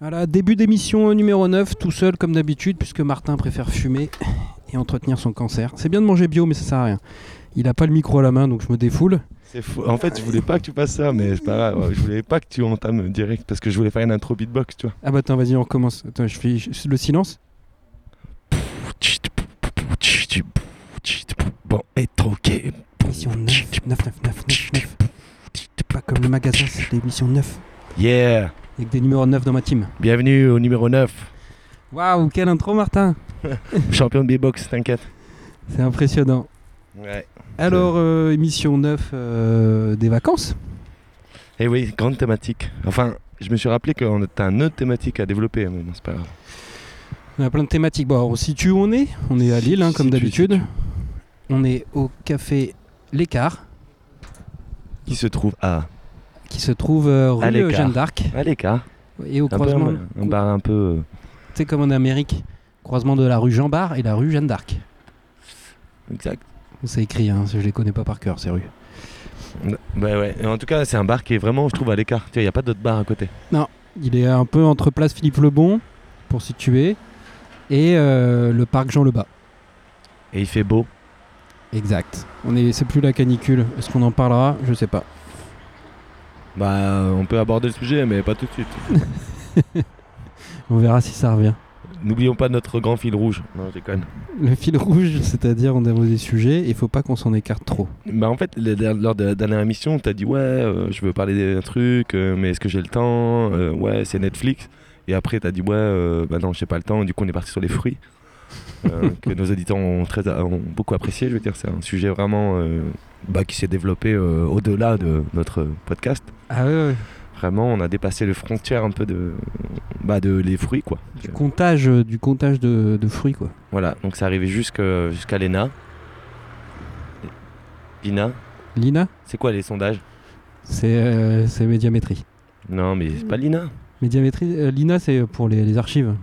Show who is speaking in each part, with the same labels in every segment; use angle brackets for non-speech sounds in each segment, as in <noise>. Speaker 1: Voilà, début d'émission numéro 9, tout seul comme d'habitude, puisque Martin préfère fumer et entretenir son cancer. C'est bien de manger bio, mais ça sert à rien. Il n'a pas le micro à la main, donc je me défoule.
Speaker 2: C'est fou. En fait, je voulais pas que tu passes ça, mais c'est pas grave. Ouais, Je voulais pas que tu entames direct parce que je voulais faire une intro beatbox, tu vois.
Speaker 1: Ah bah attends, vas-y, on recommence. Attends, je fais je- le silence.
Speaker 2: Bon, et troqué.
Speaker 1: Émission 9, 9, 9, 9, 9, 9. Pas comme le magasin, c'est l'émission 9.
Speaker 2: Yeah.
Speaker 1: Avec des numéros 9 dans ma team.
Speaker 2: Bienvenue au numéro 9.
Speaker 1: Waouh, quelle intro, Martin
Speaker 2: <laughs> Champion de beatbox, t'inquiète.
Speaker 1: C'est impressionnant.
Speaker 2: Ouais.
Speaker 1: Alors, euh, émission 9 euh, des vacances.
Speaker 2: Et Eh oui, grande thématique. Enfin, je me suis rappelé qu'on a un autre thématique à développer, mais bon, c'est pas grave.
Speaker 1: On a plein de thématiques. Bon, alors, on situe où on est. On est à Lille, hein, comme
Speaker 2: Situe,
Speaker 1: d'habitude.
Speaker 2: situe.
Speaker 1: On est au café L'Écart,
Speaker 2: Qui se trouve à,
Speaker 1: qui se trouve euh,
Speaker 2: À
Speaker 1: rue
Speaker 2: l'Écart.
Speaker 1: Jeanne d'Arc.
Speaker 2: à l'écart.
Speaker 1: Et au
Speaker 2: Un, peu,
Speaker 1: croisement,
Speaker 2: un, un bar un peu. euh,
Speaker 1: tu sais, comme en Amérique, croisement de la rue Jean Bar et la rue Jeanne d'Arc.
Speaker 2: euh, Exact.
Speaker 1: C'est écrit, hein, je les connais pas par cœur, ces rues.
Speaker 2: Bah ouais. En tout cas, c'est un bar qui est vraiment, je trouve, à l'écart. Tu vois, il n'y a pas d'autre bar à côté.
Speaker 1: Il est un peu entre place Philippe Lebon, pour situer, et euh, le parc Jean Lebas.
Speaker 2: Et il fait beau.
Speaker 1: Exact. On est, c'est plus la canicule. Est-ce qu'on en parlera Je sais pas.
Speaker 2: Bah, on peut aborder le sujet, mais pas tout de suite.
Speaker 1: On verra si ça revient.
Speaker 2: N'oublions pas notre grand fil rouge. Non, je déconne.
Speaker 1: Le fil rouge, c'est-à-dire on a des sujets et il faut pas qu'on s'en écarte trop.
Speaker 2: Bah, en fait, le- le- lors de la dernière émission, t'as dit Ouais, euh, je veux parler d'un truc, euh, mais est-ce que j'ai le temps Euh, Ouais, c'est Netflix. Et après, t'as dit Ouais, euh, bah non, j'ai pas le temps. Du coup, on est parti sur les fruits. euh, que nos auditeurs ont, très, ont beaucoup apprécié, je veux dire. C'est un sujet vraiment euh, bah, qui s'est développé euh, au-delà de notre podcast.
Speaker 1: Ah ouais, ouais.
Speaker 2: Vraiment, on a dépassé les frontières un peu de, bah, de les fruits, quoi.
Speaker 1: Du comptage, euh, du comptage de, de fruits quoi.
Speaker 2: Voilà, donc c'est arrivé jusque- jusqu'à l'ENA. Lina,
Speaker 1: Lina,
Speaker 2: c'est quoi les sondages
Speaker 1: c'est euh, c'est médiamétrie.
Speaker 2: Non, mais c'est pas Lina.
Speaker 1: Médiamétrie, euh, Lina c'est pour les, les archives.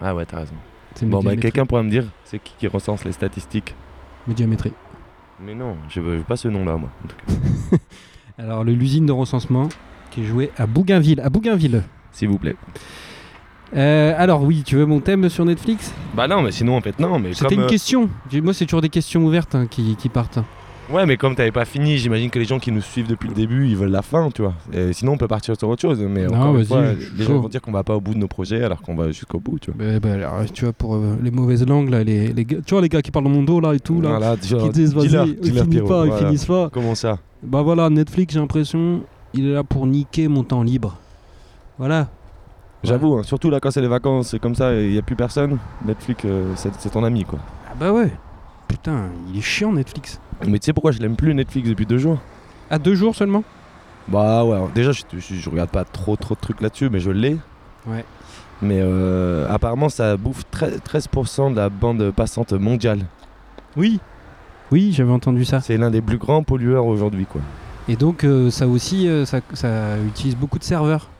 Speaker 2: Ah ouais, t'as raison.
Speaker 1: C'est
Speaker 2: Bon, bah
Speaker 1: médiamétrie.
Speaker 2: quelqu'un pourra me dire, c'est qui qui recense les statistiques
Speaker 1: Médiamétrie.
Speaker 2: Mais non, je veux, je veux pas ce nom-là, moi. en tout cas.
Speaker 1: Alors le- l'usine de recensement qui est jouée à Bougainville, à Bougainville.
Speaker 2: S'il vous plaît.
Speaker 1: Euh, alors oui, tu veux mon thème sur Netflix
Speaker 2: Bah non, mais sinon, en fait, non. Mais
Speaker 1: C'était
Speaker 2: comme,
Speaker 1: une
Speaker 2: euh,
Speaker 1: question. Tu- Moi c'est toujours des questions ouvertes hein, qui, qui partent.
Speaker 2: Ouais, mais comme t'avais pas fini, j'imagine que les gens qui nous suivent depuis le début, ils veulent la fin, tu vois. Et sinon, on peut partir sur autre chose. Mais
Speaker 1: Non,
Speaker 2: encore une
Speaker 1: vas-y,
Speaker 2: fois,
Speaker 1: je suis
Speaker 2: les gens
Speaker 1: chaud.
Speaker 2: vont dire qu'on va pas au bout de nos projets alors qu'on va jusqu'au bout, tu vois.
Speaker 1: Bah, bah, alors, tu vois pour euh, les mauvaises langues là, les, les gars- tu vois les gars qui parlent dans mon dos là et tout là,
Speaker 2: Voilà, genre,
Speaker 1: qui disent
Speaker 2: dis-leur,
Speaker 1: vas-y, ils
Speaker 2: dis-leur,
Speaker 1: finissent
Speaker 2: Pierrot,
Speaker 1: pas, ils
Speaker 2: voilà.
Speaker 1: finissent pas.
Speaker 2: Comment ça
Speaker 1: Bah voilà, Netflix, j'ai l'impression, il est là pour niquer mon temps libre. Voilà.
Speaker 2: J'avoue, hein, surtout là quand c'est les vacances, c'est comme ça, il n'y a plus personne. Netflix, euh, c'est c'est ton ami quoi.
Speaker 1: Ah bah ouais. Putain, il est chiant Netflix.
Speaker 2: Mais tu sais pourquoi je l'aime plus Netflix depuis deux jours
Speaker 1: À deux jours seulement
Speaker 2: Bah ouais, déjà je, je, je regarde pas trop trop de trucs là-dessus, mais je l'ai.
Speaker 1: Ouais.
Speaker 2: Mais euh, apparemment ça bouffe 13%, 13% de la bande passante mondiale.
Speaker 1: Oui. Oui, j'avais entendu ça.
Speaker 2: C'est l'un des plus grands pollueurs aujourd'hui quoi.
Speaker 1: Et donc euh, ça aussi, euh, ça, ça utilise beaucoup de serveurs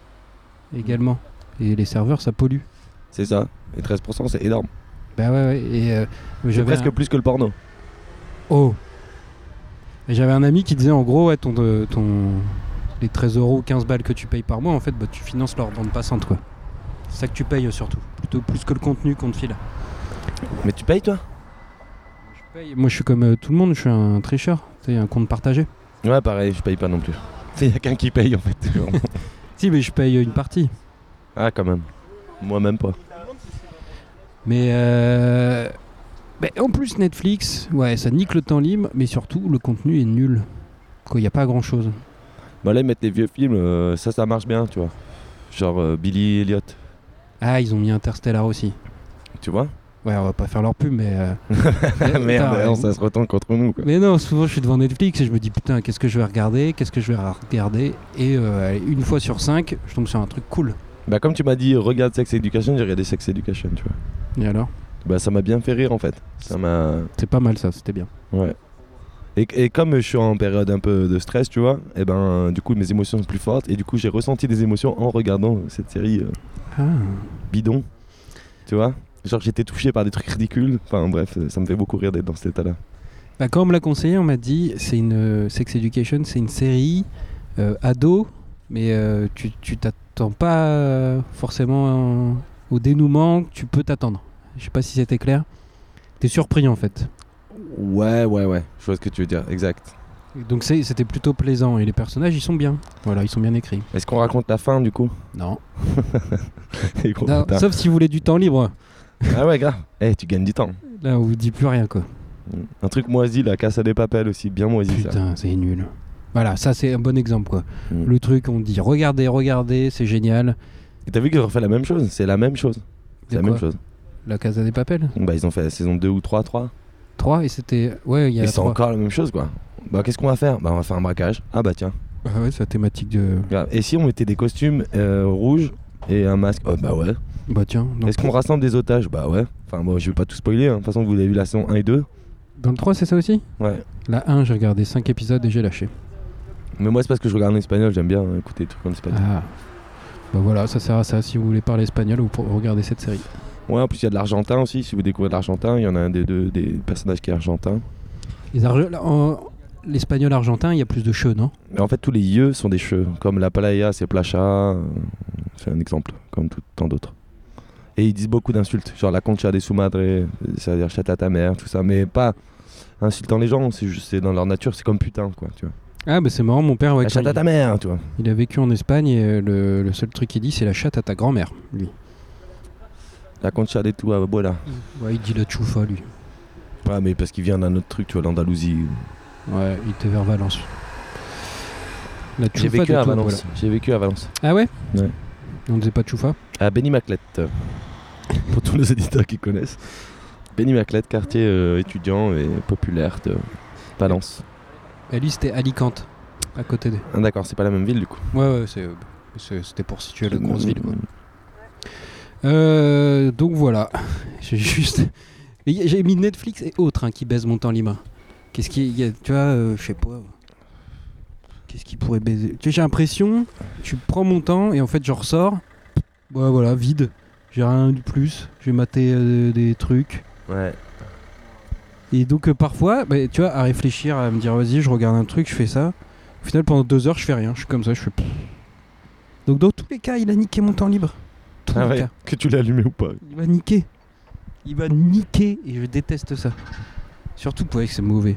Speaker 1: également. Et les serveurs, ça pollue.
Speaker 2: C'est ça. Et 13% c'est énorme.
Speaker 1: Bah ouais, ouais. Et euh,
Speaker 2: C'est
Speaker 1: j'avais
Speaker 2: presque
Speaker 1: un-
Speaker 2: plus que le porno.
Speaker 1: Oh. Et J'avais un ami qui disait en gros, ouais, ton, de- ton... les 13 euros ou 15 balles que tu payes par mois, en fait, bah, tu finances leur bande passante, quoi. C'est ça que tu payes euh, surtout, plutôt plus que le contenu qu'on te file.
Speaker 2: Mais tu payes toi
Speaker 1: Je paye- Moi, je suis comme euh, tout le monde, je suis un tricheur, c'est un compte partagé.
Speaker 2: Ouais pareil, je paye pas non plus. <laughs> Il y a qu'un qui paye en fait.
Speaker 1: Si, mais je paye euh, une partie.
Speaker 2: <laughs> ah quand même. Moi même pas.
Speaker 1: Mais euh, bah, en plus, Netflix, ouais, ça nique le temps libre, mais surtout, le contenu est nul. Quoi, il n'y a pas grand chose.
Speaker 2: Bah là, ils mettent des vieux films, euh, ça, ça marche bien, tu vois. Genre euh, Billy Elliot,
Speaker 1: Ah, ils ont mis Interstellar aussi.
Speaker 2: tu vois
Speaker 1: Ouais, on va pas faire leur pub, mais. euh, mais-
Speaker 2: Ah, Merde,
Speaker 1: attends,
Speaker 2: alors, ça se retourne contre nous, quoi.
Speaker 1: Mais non, souvent je suis devant Netflix et je me dis putain, qu'est-ce que je vais regarder, qu'est-ce que je vais regarder. Et euh, allez, une fois sur cinq, je tombe sur un truc cool.
Speaker 2: Bah, comme tu m'as dit, regarde Sex Education, j'ai regardé Sex Education, tu vois.
Speaker 1: Et alors
Speaker 2: Bah, ça m'a bien fait rire, en fait. Ça m'a.
Speaker 1: C'est pas mal ça, c'était bien.
Speaker 2: Ouais. Et, et comme je suis en période un peu de stress, tu vois, et ben, du coup, mes émotions sont plus fortes, et du coup, j'ai ressenti des émotions en regardant cette série euh,
Speaker 1: Ah.
Speaker 2: bidon, tu vois. Genre, j'étais touché par des trucs ridicules. Enfin, bref, ça me fait beaucoup rire d'être dans cet état-là.
Speaker 1: Bah, quand on me l'a conseillé, on m'a dit c'est une euh, Sex Education, c'est une série euh, ado, mais euh, tu, tu t'att- t'attends pas euh, forcément euh, au dénouement que tu peux t'attendre. Je sais pas si c'était clair. T'es surpris en fait.
Speaker 3: Ouais, ouais, ouais. Je vois ce que tu veux dire. Exact.
Speaker 1: Et Donc c'est- c'était plutôt plaisant et les personnages ils sont bien. Voilà, ils sont bien écrits.
Speaker 2: Est-ce qu'on raconte la fin <laughs> du coup
Speaker 1: Non.
Speaker 2: Les gros
Speaker 1: Non,
Speaker 2: bâtards.
Speaker 1: sauf si vous voulez du temps libre.
Speaker 2: Ah ouais, grave. Eh, tu gagnes du temps.
Speaker 1: Là on vous dit plus rien quoi.
Speaker 2: Mm. Un truc moisi, la casse à des papels aussi, bien moisi ça.
Speaker 1: Putain, c'est nul. Voilà, ça c'est un bon exemple quoi.
Speaker 2: Mm.
Speaker 1: Le truc on dit regardez, regardez, c'est génial.
Speaker 2: Et T'as vu qu'ils ont refait la même chose C'est la même chose. C'est
Speaker 1: De
Speaker 2: la
Speaker 1: quoi
Speaker 2: même chose.
Speaker 1: La Casa des Papels
Speaker 2: Bah, ils ont fait la saison 2 ou 3, 3.
Speaker 1: 3 et c'était ouais, il y a
Speaker 2: Et
Speaker 1: la
Speaker 2: c'est
Speaker 1: trois.
Speaker 2: encore la même chose quoi. Bah, qu'est-ce qu'on va faire Bah, on va faire un braquage. Ah bah tiens.
Speaker 1: Ah ouais, c'est la thématique de
Speaker 2: Grave. Et si on mettait des costumes euh, rouges et un masque Oh, Bah ouais.
Speaker 1: bah tiens, dans,
Speaker 2: Est-ce qu'on rassemble des otages Bah ouais. Enfin, bon, je vais pas tout spoiler. hein. De toute façon, vous avez vu la saison 1 et 2.
Speaker 1: dans le 3 c'est ça aussi
Speaker 2: Ouais.
Speaker 1: La 1, j'ai regardé 5 épisodes et j'ai lâché.
Speaker 2: Mais moi, c'est parce que je regarde en espagnol. J'aime bien hein, écouter des trucs en espagnol.
Speaker 1: Ah. Bah voilà, ça sert à ça si vous voulez parler espagnol ou pour regarder cette série.
Speaker 2: Ouais, en plus, il y a de l'argentin aussi. Si vous découvrez de l'argentin, il y en a un des deux des personnages qui est argentin.
Speaker 1: Les Arge- là, en- L'espagnol argentin, il y a plus de cheveux, non
Speaker 2: Mais en fait, tous les yeux sont des cheveux. Comme la palaya, c'est placha. euh, C'est un exemple, comme tout, tant d'autres. Et ils disent beaucoup d'insultes, genre la concha de su madre, c'est-à-dire chatte à ta mère, tout ça. Mais pas insultant les gens, c'est juste c'est dans leur nature, c'est comme putain, quoi. Tu vois.
Speaker 1: Ah bah c'est marrant, mon père, ouais,
Speaker 2: La
Speaker 1: quand
Speaker 2: chatte à
Speaker 1: il,
Speaker 2: ta mère, tu vois.
Speaker 1: il a vécu en Espagne et euh, le, le seul truc qu'il dit c'est la chatte à ta grand-mère, lui.
Speaker 2: La concha de tu abuela.
Speaker 1: Ouais, il dit la choufa, lui.
Speaker 2: Ouais, mais parce qu'il vient d'un autre truc, tu vois, l'Andalousie.
Speaker 1: Ouais, il était vers Valence. La
Speaker 2: J'ai
Speaker 1: choufa
Speaker 2: vécu
Speaker 1: de
Speaker 2: à
Speaker 1: tout,
Speaker 2: Valence.
Speaker 1: voilà.
Speaker 2: J'ai vécu à Valence.
Speaker 1: Ah ouais
Speaker 2: Ouais.
Speaker 1: On disait pas de choufa
Speaker 2: À Benny Maclette. euh, Pour tous les auditeurs qui connaissent. Benny Maclette, quartier euh, étudiant et populaire de Valence.
Speaker 1: Et lui, c'était Alicante, à côté des...
Speaker 2: Ah, D'accord, c'est pas la même ville du coup.
Speaker 1: Ouais, ouais, c'est- euh, c'est- c'était pour situer la grosse ville, quoi. Euh, donc voilà, <laughs> j'ai juste. Mais y- J'ai mis Netflix et autres hein, qui baissent mon temps libre. Qu'est-ce qu'il y a Tu vois, euh, je sais pas. Qu'est-ce qui pourrait baiser Tu sais, j'ai l'impression, tu prends mon temps et en fait, je ressors. Ouais, voilà, vide. J'ai rien de plus. J'ai maté euh, des trucs.
Speaker 2: Ouais.
Speaker 1: Et donc, euh, parfois, bah, tu vois, à réfléchir, à me dire, vas-y, je regarde un truc, je fais ça. Au final, pendant deux heures, je fais rien. Je suis comme ça, je fais. Donc, dans tous les cas, il a niqué mon temps libre. Tous
Speaker 2: Ah
Speaker 1: les
Speaker 2: ouais,
Speaker 1: cas.
Speaker 2: que tu l'as allumé ou pas.
Speaker 1: Il va niquer. Il va niquer et je déteste ça. Surtout pour que c'est mauvais.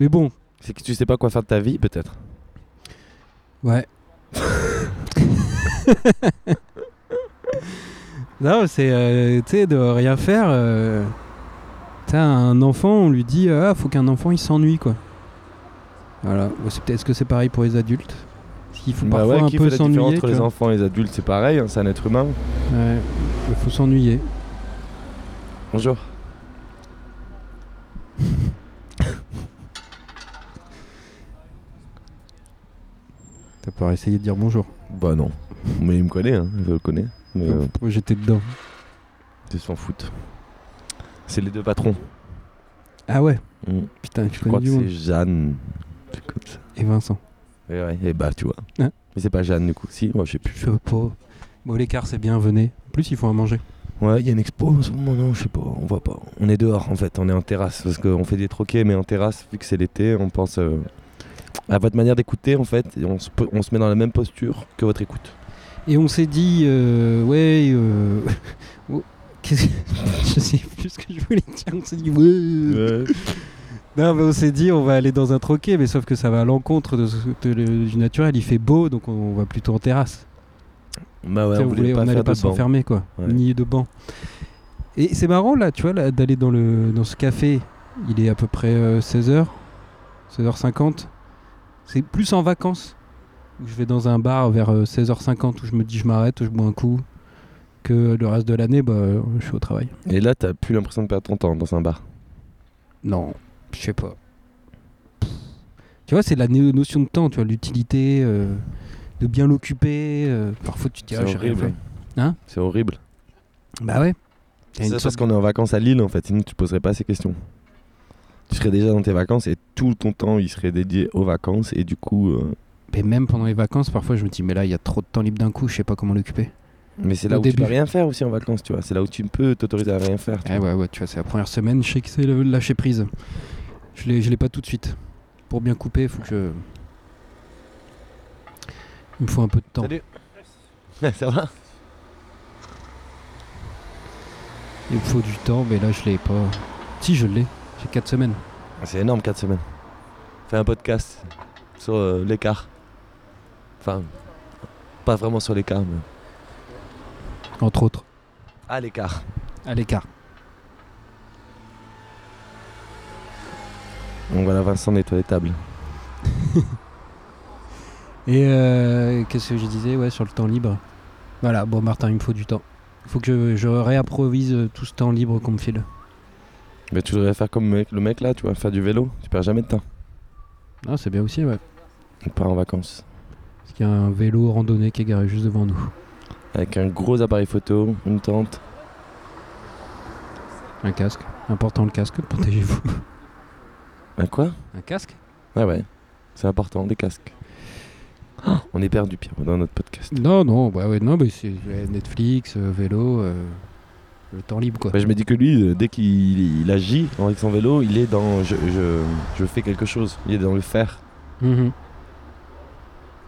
Speaker 1: Mais bon,
Speaker 2: C'est que tu sais pas quoi faire de ta vie peut-être.
Speaker 1: ouais. <laughs> non, c'est euh, tu sais de rien faire. euh, T'as un enfant, on lui dit ah faut qu'un enfant il s'ennuie quoi. Voilà. Bon, c'est peut-être- Est-ce que c'est pareil pour les adultes Il faut
Speaker 2: Bah
Speaker 1: parfois
Speaker 2: ouais,
Speaker 1: un
Speaker 2: qui
Speaker 1: peu
Speaker 2: fait la différence
Speaker 1: s'ennuyer.
Speaker 2: entre
Speaker 1: tu
Speaker 2: les
Speaker 1: vois.
Speaker 2: enfants et les adultes C'est pareil, hein, c'est un être humain.
Speaker 1: Ouais, il faut s'ennuyer.
Speaker 2: Bonjour.
Speaker 1: T'as pas essayé de dire bonjour.
Speaker 2: Bah non. Mais il me connaît, hein, je le connais. Mais euh,
Speaker 1: J'étais dedans.
Speaker 2: ils s'en foutent. C'est les deux patrons.
Speaker 1: Ah ouais.
Speaker 2: Mm.
Speaker 1: Putain, tu
Speaker 2: Je crois
Speaker 1: connais
Speaker 2: que
Speaker 1: du monde.
Speaker 2: c'est Jeanne. Un truc comme ça.
Speaker 1: Et Vincent.
Speaker 2: Et, ouais, et bah tu vois.
Speaker 1: Hein
Speaker 2: Mais c'est pas Jeanne du coup. Si, moi je sais plus.
Speaker 1: Je veux pas. Bon, l'écart, c'est bien, venez. En plus, il faut à manger.
Speaker 2: Ouais, il y a une expo en ce moment, non, je sais pas, on voit pas. On est dehors en fait, on est en terrasse. Parce qu'on fait des troquets, mais en terrasse, vu que c'est l'été, on pense euh, à votre manière d'écouter en fait. Et on se, po- on se met dans la même posture que votre écoute.
Speaker 1: Et on s'est dit, euh, ouais. euh, <laughs> oh, qu'est-ce que- <laughs> je sais plus ce que je voulais dire. On s'est dit, ouais. Non, mais on s'est dit, on va aller dans un troquet, mais sauf que ça va à l'encontre de ce- de le- du naturel. Il fait beau, donc on, on va plutôt en terrasse.
Speaker 2: Bah ouais,
Speaker 1: Tu sais,
Speaker 2: on voulait
Speaker 1: voulait-
Speaker 2: pas
Speaker 1: on
Speaker 2: faire
Speaker 1: n'allait pas
Speaker 2: de banc.
Speaker 1: s'enfermer, quoi.
Speaker 2: Ouais.
Speaker 1: Ni de banc. Et c'est marrant, là, tu vois, là, d'aller dans, le, dans ce café. Il est à peu près euh, 16h, 16h50. C'est plus en vacances. Où je vais dans un bar vers euh, 16h50 où je me dis je m'arrête, je bois un coup. Que le reste de l'année, bah, euh, je suis au travail.
Speaker 2: Et là, t'as plus l'impression de perdre ton temps dans un bar.
Speaker 1: Non, je sais pas. Tu vois, c'est la no- notion de temps, tu vois, l'utilité, euh, de bien l'occuper. euh, parfois, tu te dis,
Speaker 2: C'est
Speaker 1: ah, j'ai rien
Speaker 2: horrible.
Speaker 1: fait. Hein
Speaker 2: c'est horrible.
Speaker 1: Bah ouais. T'as
Speaker 2: C'est
Speaker 1: une
Speaker 2: parce
Speaker 1: sorte-
Speaker 2: qu'on est en vacances à Lille en fait, sinon tu poserais pas ces questions. Tu serais déjà dans tes vacances et tout ton temps il serait dédié aux vacances et du coup. euh,
Speaker 1: Mais même pendant les vacances, parfois, je me dis, mais là, il y a trop de temps libre d'un coup, je sais pas comment l'occuper.
Speaker 2: Mais c'est
Speaker 1: Mmh. Au
Speaker 2: là où tu
Speaker 1: début.
Speaker 2: peux rien faire aussi en vacances, tu vois. C'est là où tu peux t'autoriser à rien faire. tu
Speaker 1: Eh Ouais, ouais, ouais, tu vois, c'est la première semaine, je sais que c'est le lâcher prise. Je l'ai, je l'ai pas tout de suite. Pour bien couper, il faut que je. Il me faut un peu de temps.
Speaker 2: Salut. <laughs> Ça va
Speaker 1: Il me faut du temps, mais là je l'ai pas. Si je l'ai, j'ai 4 semaines.
Speaker 2: C'est énorme 4 semaines. Fais un podcast sur euh, l'écart. Enfin, pas vraiment sur l'écart, mais.
Speaker 1: Entre autres,
Speaker 2: À l'écart.
Speaker 1: à l'écart.
Speaker 2: Donc voilà, Vincent nettoie les tables.
Speaker 1: Et euh, qu'est-ce que je disais Ouais, sur le temps libre. Voilà, bon Martin, il me faut du temps. Il faut que je, je réapprovise tout ce temps libre qu'on me file.
Speaker 2: Mais tu devrais faire comme le mec- le mec là, tu vois, faire du vélo. Tu perds jamais de temps.
Speaker 1: Ah, c'est bien aussi, ouais.
Speaker 2: On part en vacances.
Speaker 1: Parce qu'il y a un vélo randonnée qui est garé juste devant nous.
Speaker 2: Avec un gros appareil photo, une tente.
Speaker 1: Un casque. Important le casque, protégez-vous.
Speaker 2: Un quoi
Speaker 1: <laughs> Un casque
Speaker 2: Ouais, Ah ouais. C'est important, des casques. Oh, on est perdu, Pierre, dans notre podcast.
Speaker 1: Non, non, bah ouais, non, mais c'est ouais, Netflix, euh, vélo, euh, le temps libre quoi.
Speaker 2: Bah, je me dis que lui, euh, dès qu'il il agit avec son vélo, il est dans je, je, je fais quelque chose. Il est dans le faire,
Speaker 1: Mhm.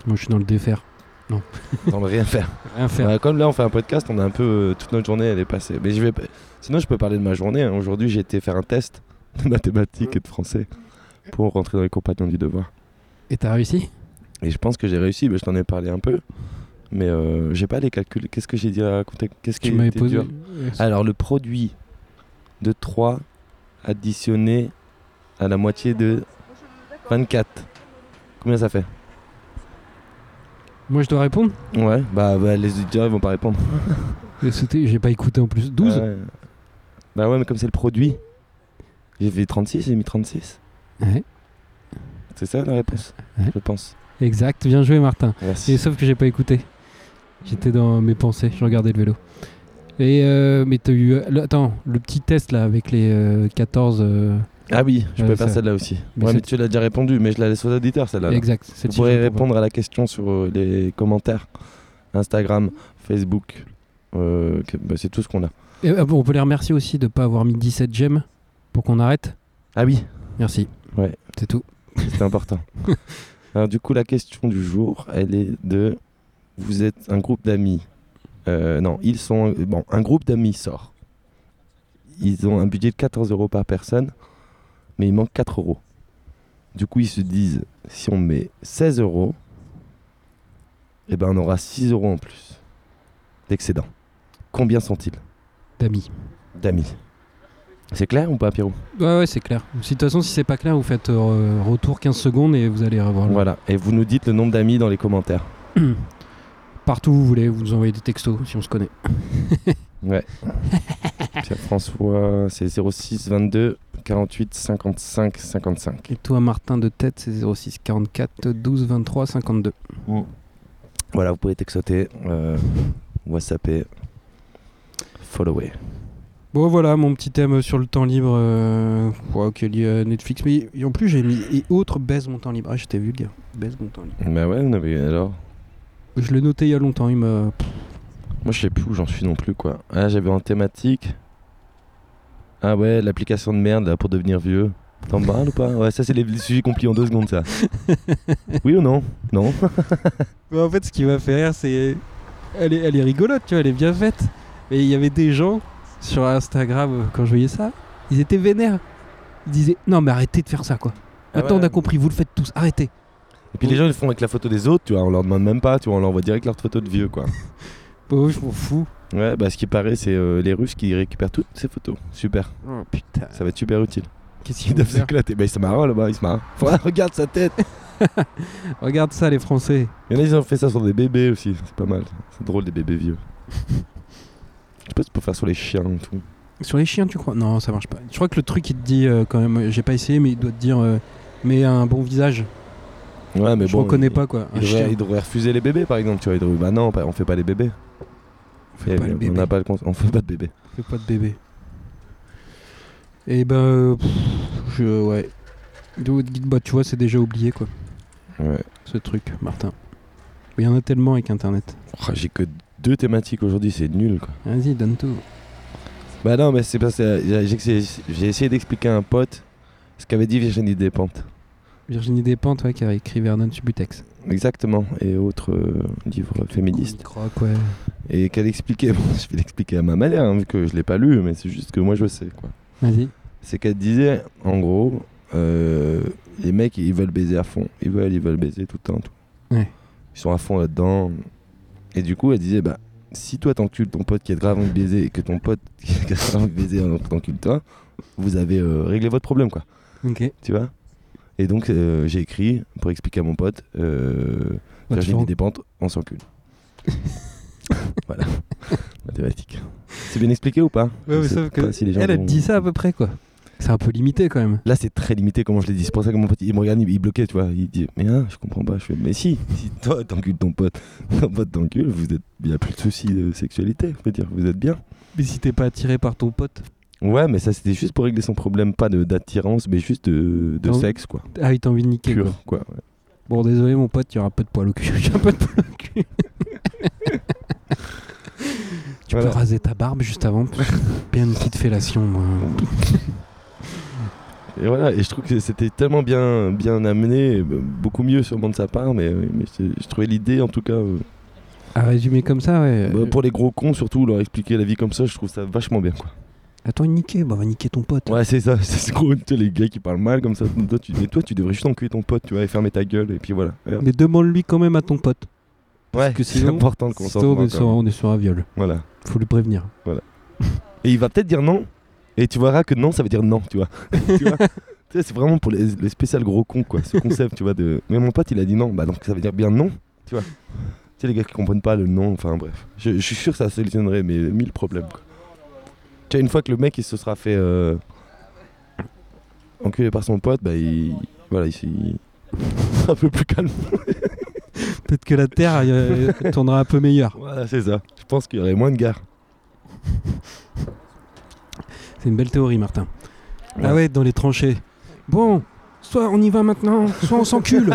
Speaker 1: Moi je suis dans le défaire.
Speaker 2: dans le rien faire.
Speaker 1: Rien faire.
Speaker 2: Bah, comme là, on fait un podcast, on a un peu euh, toute notre journée, elle est passée. Mais je vais, pas- sinon, je peux parler de ma journée. hein. Aujourd'hui, j'ai été faire un test de mathématiques et de français pour rentrer dans les compagnons du devoir.
Speaker 1: Et t'as réussi
Speaker 2: Et je pense que j'ai réussi. mais je t'en ai parlé un peu, mais euh, j'ai pas les calculs. Qu'est-ce que j'ai dit à raconter Qu'est-ce qui
Speaker 1: Tu m'avais
Speaker 2: était
Speaker 1: posé. Ah.
Speaker 2: dur Alors, le produit de 3 additionné à la moitié de 24. Combien ça fait
Speaker 1: Moi je dois répondre
Speaker 2: Ouais, bah, bah, les auditeurs ils vont pas répondre.
Speaker 1: Et C'était, j'ai pas écouté en plus. 12
Speaker 2: Ah ouais. Bah ouais, mais comme c'est le produit, j'ai fait 36, j'ai mis 36.
Speaker 1: Ouais.
Speaker 2: C'est ça la réponse
Speaker 1: Ouais.
Speaker 2: Je pense.
Speaker 1: Exact, bien joué Martin.
Speaker 2: Merci.
Speaker 1: Et sauf que j'ai pas écouté. J'étais dans mes pensées, je regardais le vélo. Et euh, mais t'as eu. le- Attends, le petit test là avec les euh, 14. euh,
Speaker 2: Ah oui, je
Speaker 1: Ouais,
Speaker 2: peux faire
Speaker 1: ça.
Speaker 2: celle-là aussi.
Speaker 1: Mais
Speaker 2: ouais,
Speaker 1: c'est-
Speaker 2: mais tu l'as déjà répondu, mais je la laisse aux auditeurs celle-là. Ah là.
Speaker 1: Exact, c'est
Speaker 2: Vous pourrez répondre à la question sur euh, les commentaires Instagram, Facebook. euh, que- bah, c'est tout ce qu'on a.
Speaker 1: Et, euh, on peut les remercier aussi de ne pas avoir mis 17 gemmes pour qu'on arrête.
Speaker 2: Ah oui,
Speaker 1: Merci.
Speaker 2: Ouais.
Speaker 1: C'est tout.
Speaker 2: C'était important. Alors du coup, la question du jour, elle est de... Vous êtes un groupe d'amis. Euh, non, ils sont... Bon, un groupe d'amis sort. Ils ont un budget de 14 euros par personne, mais il manque 4 euros. Du coup, ils se disent, si on met 16 euros, eh ben on aura 6 euros en plus d'excédent. Combien sont-ils
Speaker 1: D'amis.
Speaker 2: d'amis C'est clair ou pas, Pierrot
Speaker 1: Ouais, ouais, c'est clair. Si, De toute façon, si c'est pas clair, vous faites euh, retour 15 secondes et vous allez revoir. le-
Speaker 2: Voilà. Et vous nous dites le nombre d'amis dans les commentaires.
Speaker 1: Partout où vous voulez, vous nous envoyez des textos si on se connaît.
Speaker 2: <laughs> Pierre-François, c'est 06 22 48 55 55.
Speaker 1: Et toi, Martin de tête, c'est 06 44 12 23 52.
Speaker 2: Voilà, vous pouvez texter, euh, WhatsApper, follower.
Speaker 1: Bon, voilà mon petit thème sur le temps libre euh, quoi, qui est lié à Netflix. Mais et en plus, j'ai mis et autres baise mon temps libre. Ah, j'étais vulgaire. Baise mon temps libre.
Speaker 2: Bah ouais, non, mais alors
Speaker 1: Je l'ai noté il y a longtemps. Il m'a.
Speaker 2: Moi, je sais plus où j'en suis non plus, quoi. Ah, j'avais en thématique. Ah ouais, l'application de merde là, pour devenir vieux. T'en parles ou pas Ouais, ça, c'est les les sujets complis en deux secondes, <laughs> ça. Oui ou non Non
Speaker 1: Mais en fait, ce qui m'a fait rire, c'est. Elle est, elle est rigolote, tu vois, elle est bien faite. Mais il y avait des gens sur Instagram, euh, quand je voyais ça, ils étaient vénères. Ils disaient Non, mais arrêtez de faire ça, quoi.
Speaker 2: Ah
Speaker 1: Maintenant,
Speaker 2: ouais.
Speaker 1: on a compris, vous le faites tous, arrêtez.
Speaker 2: Et puis les gens, ils le font avec la photo des autres, tu vois. On leur demande même pas, tu vois. On leur envoie direct leur photo de vieux, quoi.
Speaker 1: Bon, Bah je m'en fous.
Speaker 2: Ouais, bah ce qui paraît, c'est euh, les Russes qui récupèrent toutes ces photos. Super,
Speaker 1: Oh putain.
Speaker 2: ça va être super utile. <laughs>
Speaker 1: Qu'est-ce
Speaker 2: Ils
Speaker 1: qu'ils vont
Speaker 2: doivent
Speaker 1: faire
Speaker 2: s'éclater. Bah, ils se marrent là-bas, ils se
Speaker 1: <laughs>
Speaker 2: marrent. Voilà, regarde sa tête.
Speaker 1: Regarde ça, les Français.
Speaker 2: Il y en a, ils ont fait ça sur des bébés aussi. C'est pas mal. C'est drôle, des bébés vieux. Je sais pas si tu peux faire sur les chiens et tout.
Speaker 1: Sur les chiens, tu crois Non, ça marche pas. Je crois que le truc, il te dit euh, quand même, j'ai pas essayé, mais il doit te dire euh, Mais un bon visage.
Speaker 2: Ouais, mais
Speaker 1: je
Speaker 2: bon.
Speaker 1: reconnais
Speaker 2: ils-
Speaker 1: pas, quoi. Un
Speaker 2: Ils devraient,
Speaker 1: chien.
Speaker 2: ils devraient refuser les bébés, par exemple. Tu vois, ils devraient. Bah non, on fait pas les bébés.
Speaker 1: On fait
Speaker 2: Et
Speaker 1: pas le
Speaker 2: On
Speaker 1: bébé.
Speaker 2: n'a pas le cons- On fait pas de bébés.
Speaker 1: Fais pas de bébé. Et ben, euh, pff, je ouais. D'où- Bah, tu vois, c'est déjà oublié quoi,
Speaker 2: Ouais.
Speaker 1: ce truc, Martin. Il y en a tellement avec Internet.
Speaker 2: Oh, J'ai que deux thématiques aujourd'hui, c'est nul, quoi.
Speaker 1: Vas-y, donne tout.
Speaker 2: Bah non, mais c'est parce que euh, j'ai j'ai essayé d'expliquer à un pote ce qu'avait dit Virginie Despentes.
Speaker 1: Virginie Despentes ouais, qui a écrit Vernon Subutex.
Speaker 2: Exactement, et autres euh, livres féministes.
Speaker 1: Croque, ouais.
Speaker 2: Et qu'elle expliquait, <laughs> bon, je vais l'expliquer à ma manière, hein, vu que je l'ai pas lu, mais c'est juste que moi je sais. quoi.
Speaker 1: Vas-y.
Speaker 2: C'est qu'elle disait, en gros, euh, les mecs ils veulent baiser à fond, ils veulent, ils veulent baiser tout le temps, tout.
Speaker 1: Ouais.
Speaker 2: Ils sont à fond là-dedans. Et du coup, elle disait, bah, si toi t'encules ton pote qui a grave envie de baiser et que ton pote <laughs> qui a grave envie de baiser en- t'encule toi, vous avez euh, réglé votre problème, quoi.
Speaker 1: Ok.
Speaker 2: Tu vois Et donc, euh, j'ai écrit pour expliquer à mon pote, euh,
Speaker 1: Bah, tu te
Speaker 2: Virginie
Speaker 1: rends-
Speaker 2: Despentes, on s'encule. <laughs> voilà, mathématiques. C'est bien expliqué ou pas
Speaker 1: Ouais, mais
Speaker 2: Je sais
Speaker 1: sauf que
Speaker 2: pas si les gens
Speaker 1: elle a
Speaker 2: vont-
Speaker 1: dit ça à peu près quoi. C'est un peu limité quand même.
Speaker 2: Là, c'est très limité comment je l'ai dit. C'est pour ça que mon pote, il me regarde, il, il bloquait, tu vois. Il dit, mais hein, je comprends pas. Je fais, mais si, si toi, t'encules ton pote, <laughs> ton pote t'encule, vous êtes, il n'y a plus de soucis de sexualité, je veux dire, vous êtes bien.
Speaker 1: Mais si t'es pas attiré par ton pote.
Speaker 2: Ouais, mais ça, c'était juste pour régler son problème, pas de- d'attirance, mais juste de, de
Speaker 1: Non.
Speaker 2: sexe, quoi.
Speaker 1: Ah, il t'a envie de niquer quoi.
Speaker 2: Pur, quoi. ouais.
Speaker 1: Bon, désolé mon pote, il y aura un peu de poil au cul. <laughs> J'ai un peu de poil au cul. tu
Speaker 2: Voilà.
Speaker 1: peux raser ta barbe juste
Speaker 2: <laughs>
Speaker 1: avant. parce que Bien une petite fellation. moi.
Speaker 2: Et voilà, et je trouve que c'était tellement bien, bien amené, et be- beaucoup mieux sûrement de sa part, mais, mais je, je trouvais l'idée en tout cas. euh,
Speaker 1: À résumer comme ça, ouais.
Speaker 2: bah, pour les gros cons, surtout, leur expliquer la vie comme ça, je trouve ça vachement bien quoi.
Speaker 1: Attends, niquer, bah va niquer ton pote.
Speaker 2: Ouais, c'est ça, <laughs> c'est c'est gros, tu sais, les gars qui parlent mal comme ça. Toi, tu, mais toi, tu devrais juste enculer ton pote, tu vois, et fermer ta gueule, et puis voilà.
Speaker 1: Mais demande-lui quand même à ton pote.
Speaker 2: Ouais,
Speaker 1: que
Speaker 2: c'est
Speaker 1: sinon,
Speaker 2: important le
Speaker 1: Sinon,
Speaker 2: consentement.
Speaker 1: on est,
Speaker 2: quand
Speaker 1: sur,
Speaker 2: même.
Speaker 1: on est sur un viol.
Speaker 2: Voilà.
Speaker 1: Faut lui prévenir.
Speaker 2: Et il va peut-être dire non, et tu verras que non, ça veut dire non, tu vois. <laughs> tu vois Tu sais, c'est vraiment pour les, les spécial gros cons, quoi, ce concept, tu vois. De... Mais mon pote, il a dit non, bah donc ça veut dire bien non, tu vois. Tu sais, les gars qui comprennent pas le non, enfin bref. Je, je suis sûr que ça solutionnerait mais mille problèmes, quoi. Tu vois, une fois que le mec, il se sera fait euh, enculer par son pote, bah il. Voilà, il s'est. un peu plus calme.
Speaker 1: Peut-être que la Terre euh, <laughs> tournera un peu meilleure.
Speaker 2: Voilà, c'est ça. Je pense qu'il y aurait moins de gars.
Speaker 1: C'est une belle théorie, Martin.
Speaker 2: Ouais.
Speaker 1: Ah ouais, dans les tranchées. Bon, soit on y va maintenant, soit on s'encule.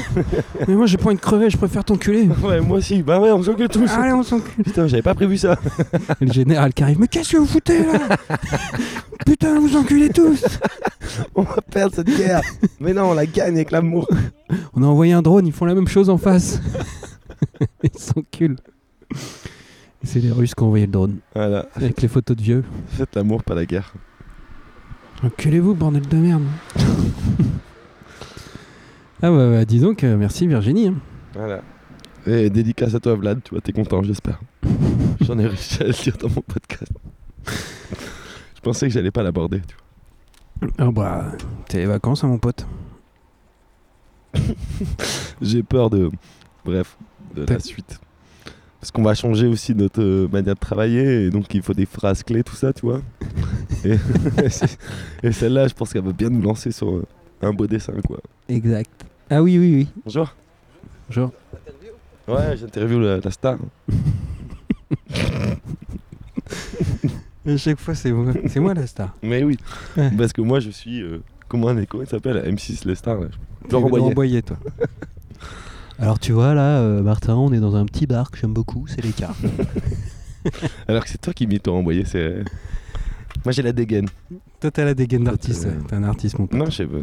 Speaker 1: <laughs> Mais moi, j'ai pas envie de crever, je préfère t'enculer.
Speaker 2: Ouais, moi aussi. Bah ouais, on s'encule tous.
Speaker 1: Allez, on s'encule.
Speaker 2: Putain, j'avais pas prévu ça.
Speaker 1: Et le général qui arrive. Mais qu'est-ce que vous foutez <laughs> là Putain, vous enculez tous
Speaker 2: <laughs> On va perdre cette guerre. Mais non, on la gagne avec l'amour.
Speaker 1: On a envoyé un drone, ils font la même chose en face. <laughs> ils s'enculent. C'est les Russes qui ont envoyé le drone,
Speaker 2: Voilà,
Speaker 1: avec les photos de vieux.
Speaker 2: faites l'amour, pas la guerre.
Speaker 1: Enculez-vous, bordel de merde. ah bah, bah, dis donc, euh, merci Virginie. hein.
Speaker 2: Voilà. Et dédicace à toi, Vlad. Tu vois, t'es content, <laughs> j'espère. J'en ai réussi à le dire dans mon podcast. Je pensais que j'allais pas l'aborder. tu vois.
Speaker 1: Ah bah, c'est les vacances, hein, mon pote.
Speaker 2: J'ai peur de. Bref, de la
Speaker 1: T'as-
Speaker 2: suite. Parce qu'on va changer aussi notre euh, manière de travailler. Et donc, il faut des phrases clés, tout ça, tu vois. Et, <laughs> et celle-là, je pense qu'elle va bien nous lancer sur euh, un beau dessin, quoi.
Speaker 1: Exact. Ah oui, oui, oui.
Speaker 2: Bonjour.
Speaker 1: Genre,
Speaker 2: Ouais, j'interview la, la star.
Speaker 1: à chaque fois, c'est moi, c'est moi la star.
Speaker 2: Mais oui,
Speaker 1: Ouais.
Speaker 2: parce que moi je suis. euh, comment on est- comment il s'appelle M6 les stars là. <laughs> Laurent
Speaker 1: T'es
Speaker 2: Boyer.
Speaker 1: Boyer, toi. <laughs> Alors tu vois là, euh, Martin, on est dans un petit bar que j'aime beaucoup, c'est l'écart.
Speaker 2: Alors que c'est toi qui imites Laurent Boyer, c'est. euh, Moi j'ai la dégaine.
Speaker 1: toi t'as la dégaine d'artiste,
Speaker 2: Euh,
Speaker 1: ouais. t'es un artiste mon pote.
Speaker 2: Non, je sais pas.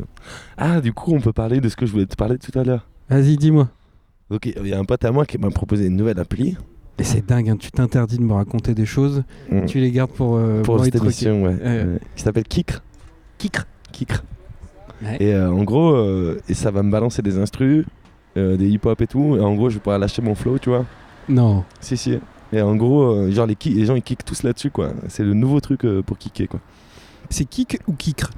Speaker 2: Ah, du coup, on peut parler de ce que je voulais te parler tout à l'heure.
Speaker 1: Vas-y, dis-moi.
Speaker 2: Ok, il y a un pote à moi qui m'a proposé une nouvelle appli
Speaker 1: Mais c'est dingue, hein, tu t'interdis de me raconter des choses,
Speaker 2: Mm.
Speaker 1: tu les gardes pour... euh,
Speaker 2: pour
Speaker 1: moi et
Speaker 2: cette
Speaker 1: toi qui-
Speaker 2: émission, ouais.
Speaker 1: Ouais.
Speaker 2: Ouais. Qui s'appelle Kikr. Kikr Kikr.
Speaker 1: Ouais.
Speaker 2: Et euh, en gros, euh, et ça va me balancer des instrus, euh, des hip-hop et tout. Et en gros, je vais pouvoir lâcher mon flow, tu vois.
Speaker 1: Non,
Speaker 2: Si, si. Et en gros, euh, genre les, ki- les gens ils kickent tous là-dessus quoi. C'est le nouveau truc euh, pour kicker quoi.
Speaker 1: c'est kick ou kikre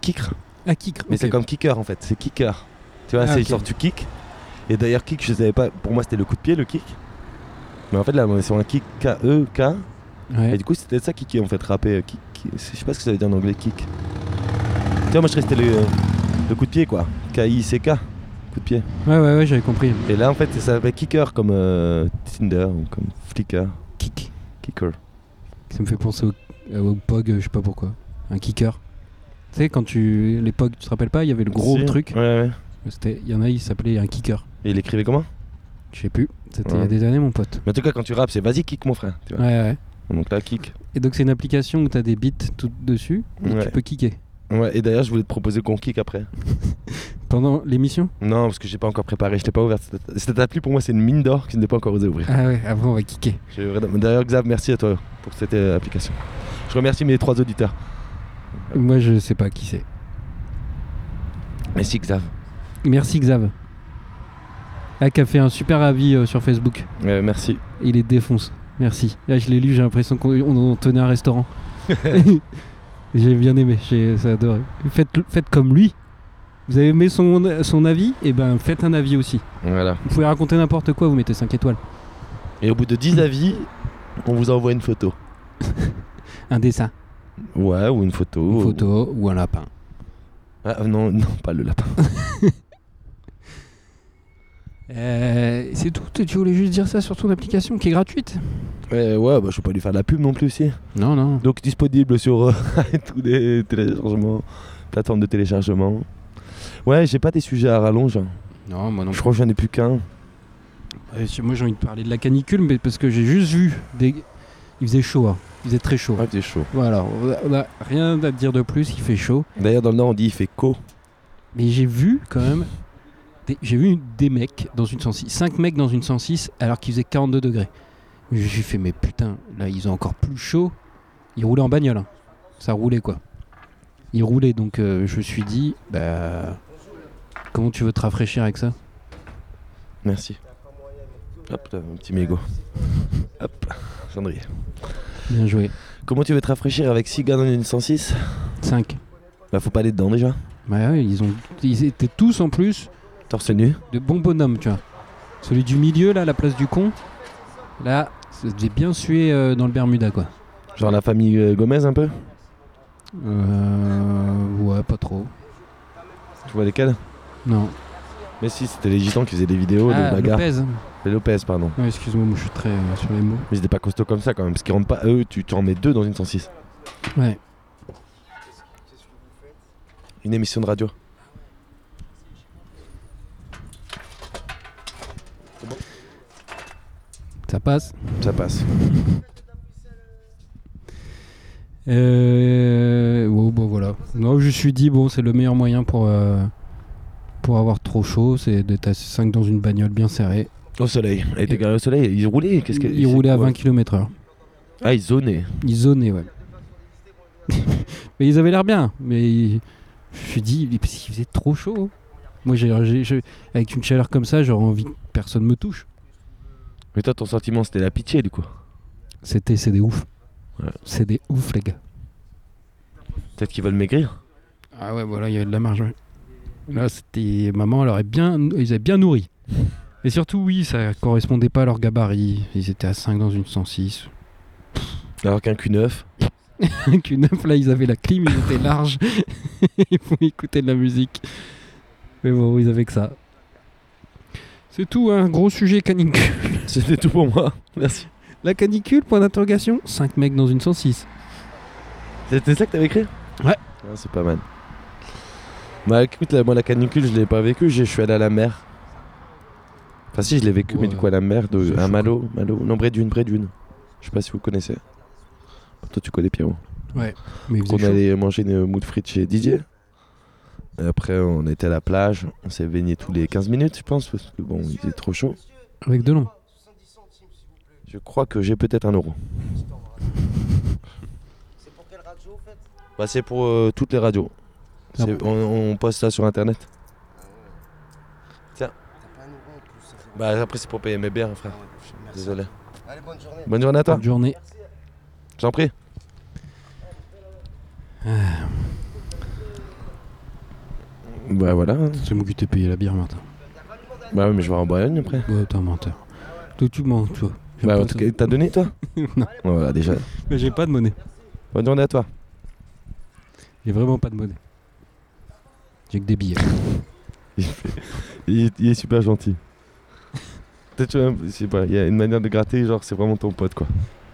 Speaker 2: Kicker
Speaker 1: Ah, kikre,
Speaker 2: Mais
Speaker 1: ok.
Speaker 2: c'est comme kicker en fait, c'est kicker. Tu vois,
Speaker 1: Ah,
Speaker 2: c'est
Speaker 1: ok.
Speaker 2: genre tu kick. Et d'ailleurs, kick, je savais pas, pour moi c'était le coup de pied le kick. Mais en fait là, on est sur un kick K-E-K. Et
Speaker 1: Ouais.
Speaker 2: du coup, c'était ça kicker en fait, rapper. euh, Kick, kick. Je sais pas ce que ça veut dire en anglais kick. Tu vois, moi je restais le, euh, le coup de pied quoi. K-I-C-K. Coup de pied.
Speaker 1: ouais, ouais, ouais, j'avais compris.
Speaker 2: Et là en fait, ça s'appelle kicker comme euh, Tinder ou comme Flickr.
Speaker 1: Kick.
Speaker 2: Kicker.
Speaker 1: Ça me fait penser au, euh, au POG, euh, je sais pas pourquoi. Un kicker. Tu sais, quand tu. Les POG, tu te rappelles pas, il y avait le gros
Speaker 2: Ah, Si.
Speaker 1: truc.
Speaker 2: Ouais, ouais.
Speaker 1: C'était, Il y en a, il s'appelait un kicker.
Speaker 2: Et il écrivait comment
Speaker 1: Je sais plus. C'était il y a
Speaker 2: Ouais.
Speaker 1: des années, mon pote.
Speaker 2: Mais en tout cas, quand tu rappes, c'est vas-y, kick mon frère. tu
Speaker 1: Ouais,
Speaker 2: vois.
Speaker 1: ouais.
Speaker 2: Donc là, kick.
Speaker 1: Et donc, c'est une application où t'as des beats tout dessus. et
Speaker 2: Ouais.
Speaker 1: Tu peux kicker.
Speaker 2: Ouais, et d'ailleurs, je voulais te proposer qu'on kick après.
Speaker 1: Pendant
Speaker 2: <laughs>
Speaker 1: l'émission
Speaker 2: Non, parce que j'ai pas encore préparé, je t'ai pas ouvert. Cette- Cette appli pour moi, c'est une mine d'or que je n'ai pas encore osé ouvrir.
Speaker 1: Ah ouais, après on va kicker.
Speaker 2: J'ai- D'ailleurs, Xav, merci à toi pour cette euh, application. Je remercie mes trois auditeurs.
Speaker 1: Moi je sais pas qui c'est.
Speaker 2: Merci, Xav.
Speaker 1: Merci Xav. Ah, qui a fait un super avis euh, sur Facebook.
Speaker 2: Euh, merci.
Speaker 1: Il est défonce. Merci. Là, je l'ai lu, j'ai l'impression qu'on on- on tenait un restaurant. j'ai bien aimé, j'ai j'ai adoré. Faites, faites comme lui. Vous avez aimé son, son avis Eh ben, faites un avis aussi.
Speaker 2: Voilà.
Speaker 1: Vous pouvez raconter n'importe quoi, vous mettez 5 étoiles.
Speaker 2: Et au bout de <laughs> 10 avis, on vous envoie une photo.
Speaker 1: Un dessin,
Speaker 2: Ouais, ou une photo.
Speaker 1: une
Speaker 2: ou-
Speaker 1: photo ou un lapin.
Speaker 2: Ah, non, non, pas le lapin.
Speaker 1: Euh, c'est tout, tu voulais juste dire ça sur ton application qui est gratuite
Speaker 2: Euh, ouais, bah, je peux pas lui faire de la pub non plus aussi.
Speaker 1: Non, non.
Speaker 2: Donc disponible sur euh, <laughs> tous les téléchargements, plateformes de téléchargement. Ouais, j'ai pas des sujets à rallonge.
Speaker 1: Non, moi non.
Speaker 2: Je crois que j'en ai plus
Speaker 1: moi
Speaker 2: qu'un.
Speaker 1: j'ai envie de parler de la canicule, mais parce que j'ai juste vu des... Il faisait chaud, hein. il faisait très chaud.
Speaker 3: Ouais, t'es chaud.
Speaker 1: Voilà, on a- on a rien à dire de plus, il fait chaud.
Speaker 2: D'ailleurs, dans le Nord, on dit il fait co.
Speaker 1: Mais j'ai vu quand même. des- J'ai vu des mecs dans une 106. 5 mecs dans une 106 alors qu'il faisait 42 degrés. Je me suis fait, mais putain, là ils ont encore plus chaud. Ils roulaient en bagnole. hein. Ça roulait quoi. Ils roulaient donc euh, je me suis dit, bah. Comment tu veux te rafraîchir avec ça
Speaker 2: Merci. Hop, là, un petit mégot. Hop, cendrier.
Speaker 1: Bien joué.
Speaker 2: Comment tu veux te rafraîchir avec 6 gars dans une 106
Speaker 1: 5.
Speaker 2: Bah, faut pas aller dedans déjà.
Speaker 1: Bah ouais, ils, ont, ils étaient tous en plus
Speaker 2: Torse nu.
Speaker 1: de bons bonhommes, tu vois. Celui du milieu là, la place du con. Là, ça devait bien suer euh, dans le Bermuda quoi.
Speaker 2: Genre la famille euh, Gomez un peu
Speaker 1: Euh, ouais, pas trop.
Speaker 2: Tu vois lesquels
Speaker 1: Non.
Speaker 2: Mais si, c'était les gitans qui faisaient des vidéos
Speaker 1: ah,
Speaker 2: de bagarres.
Speaker 1: Lopez.
Speaker 2: Les Lopez, pardon.
Speaker 1: Ouais, excuse-moi, moi, je suis très euh, sur les mots.
Speaker 2: Mais ils étaient pas costauds comme ça quand même, parce qu'ils rentrent pas eux, tu, tu en mets deux dans une 106.
Speaker 1: Ouais.
Speaker 2: Une émission de radio.
Speaker 1: Ça passe.
Speaker 2: Ça passe.
Speaker 1: Euh... ouais, bon, voilà. Non, je me suis dit, bon, c'est le meilleur moyen pour, euh, pour avoir trop chaud, c'est d'être à 5 dans une bagnole bien serrée.
Speaker 2: Au soleil. Elle était garée au soleil. Ils roulaient. Qu'est-ce que
Speaker 1: ils roulaient à
Speaker 2: ouais.
Speaker 1: 20 km/h.
Speaker 2: Ah, ils zonaient.
Speaker 1: Ils zonaient, ouais. <laughs> mais ils avaient l'air bien. Mais ils- je me suis dit, mais parce qu'il faisait trop chaud. hein. Moi, j'ai, j'ai- j'ai- avec une chaleur comme ça, j'aurais envie que personne me touche.
Speaker 2: Mais toi, ton sentiment, c'était la pitié du coup.
Speaker 1: C'était, c'est des ouf.
Speaker 2: Ouais.
Speaker 1: C'est des ouf, les gars.
Speaker 2: Peut-être qu'ils veulent maigrir.
Speaker 1: Ah ouais, voilà, il y avait de la marge. ouais. Là, c'était maman, elle aurait bien, ils avaient bien nourri. Et surtout, oui, ça correspondait pas à leur gabarit. Ils étaient à 5 dans une 106.
Speaker 2: Alors qu'un Q9.
Speaker 1: Qu'une 9, là, ils avaient la clim, ils étaient larges. <laughs> ils pouvaient écouter de la musique. Mais bon, ils avaient que ça. C'est tout, un gros sujet canicule.
Speaker 2: <laughs> C'était tout pour moi. <laughs> Merci.
Speaker 1: <laughs> La canicule, point d'interrogation 5 mecs dans une 106.
Speaker 2: C'était ça que t'avais écrit
Speaker 1: Ouais.
Speaker 2: Ah, c'est pas mal. Bah écoute, là, moi la canicule, je l'ai pas vécu. Je je suis allé à la mer. Enfin, si, je l'ai vécu, mais
Speaker 1: Ouais.
Speaker 2: du coup, à la mer,
Speaker 1: C'est
Speaker 2: de, à
Speaker 1: chaud.
Speaker 2: Malo. Malo. Non, près d'une, près d'une. Je sais pas si vous connaissez. Toi, tu connais Pierrot.
Speaker 1: Mais
Speaker 2: On allait manger une moule frite chez Didier. Et après, on était à la plage. On s'est baigné tous les 15 minutes, je pense, parce que bon, il était trop chaud.
Speaker 1: Avec de long.
Speaker 2: Je crois que j'ai peut-être un euro.
Speaker 4: C'est pour quelle radio au fait
Speaker 2: <laughs> Bah, c'est pour euh, toutes les radios. C'est- On, on poste ça sur internet.
Speaker 4: T'as pas un euro en plus, ça fait- Ah
Speaker 2: Bah, après, c'est pour payer mes bières, frère.
Speaker 4: Merci.
Speaker 2: Désolé.
Speaker 4: Allez, bonne journée.
Speaker 2: Bonne journée à toi.
Speaker 1: Bonne journée.
Speaker 2: J'en prie. <sighs> Bah voilà.
Speaker 1: C'est moi qui t'ai payé la bière, Martin.
Speaker 2: Bah oui, mais je vais en Bayonne après.
Speaker 1: Ouais, t'es un menteur. Toi, tu mens, toi. J'aime
Speaker 2: Bah,
Speaker 1: pas
Speaker 2: en tout
Speaker 1: ça.
Speaker 2: cas, t'as donné <laughs> toi
Speaker 1: Non.
Speaker 2: Voilà, déjà.
Speaker 1: Mais j'ai pas de monnaie.
Speaker 2: Bonne journée à toi.
Speaker 1: J'ai vraiment pas de monnaie. J'ai que des billets.
Speaker 2: Il, il est super gentil. <laughs> Peut-être, tu vois, je sais pas, il y a une manière de gratter, genre c'est vraiment ton pote quoi.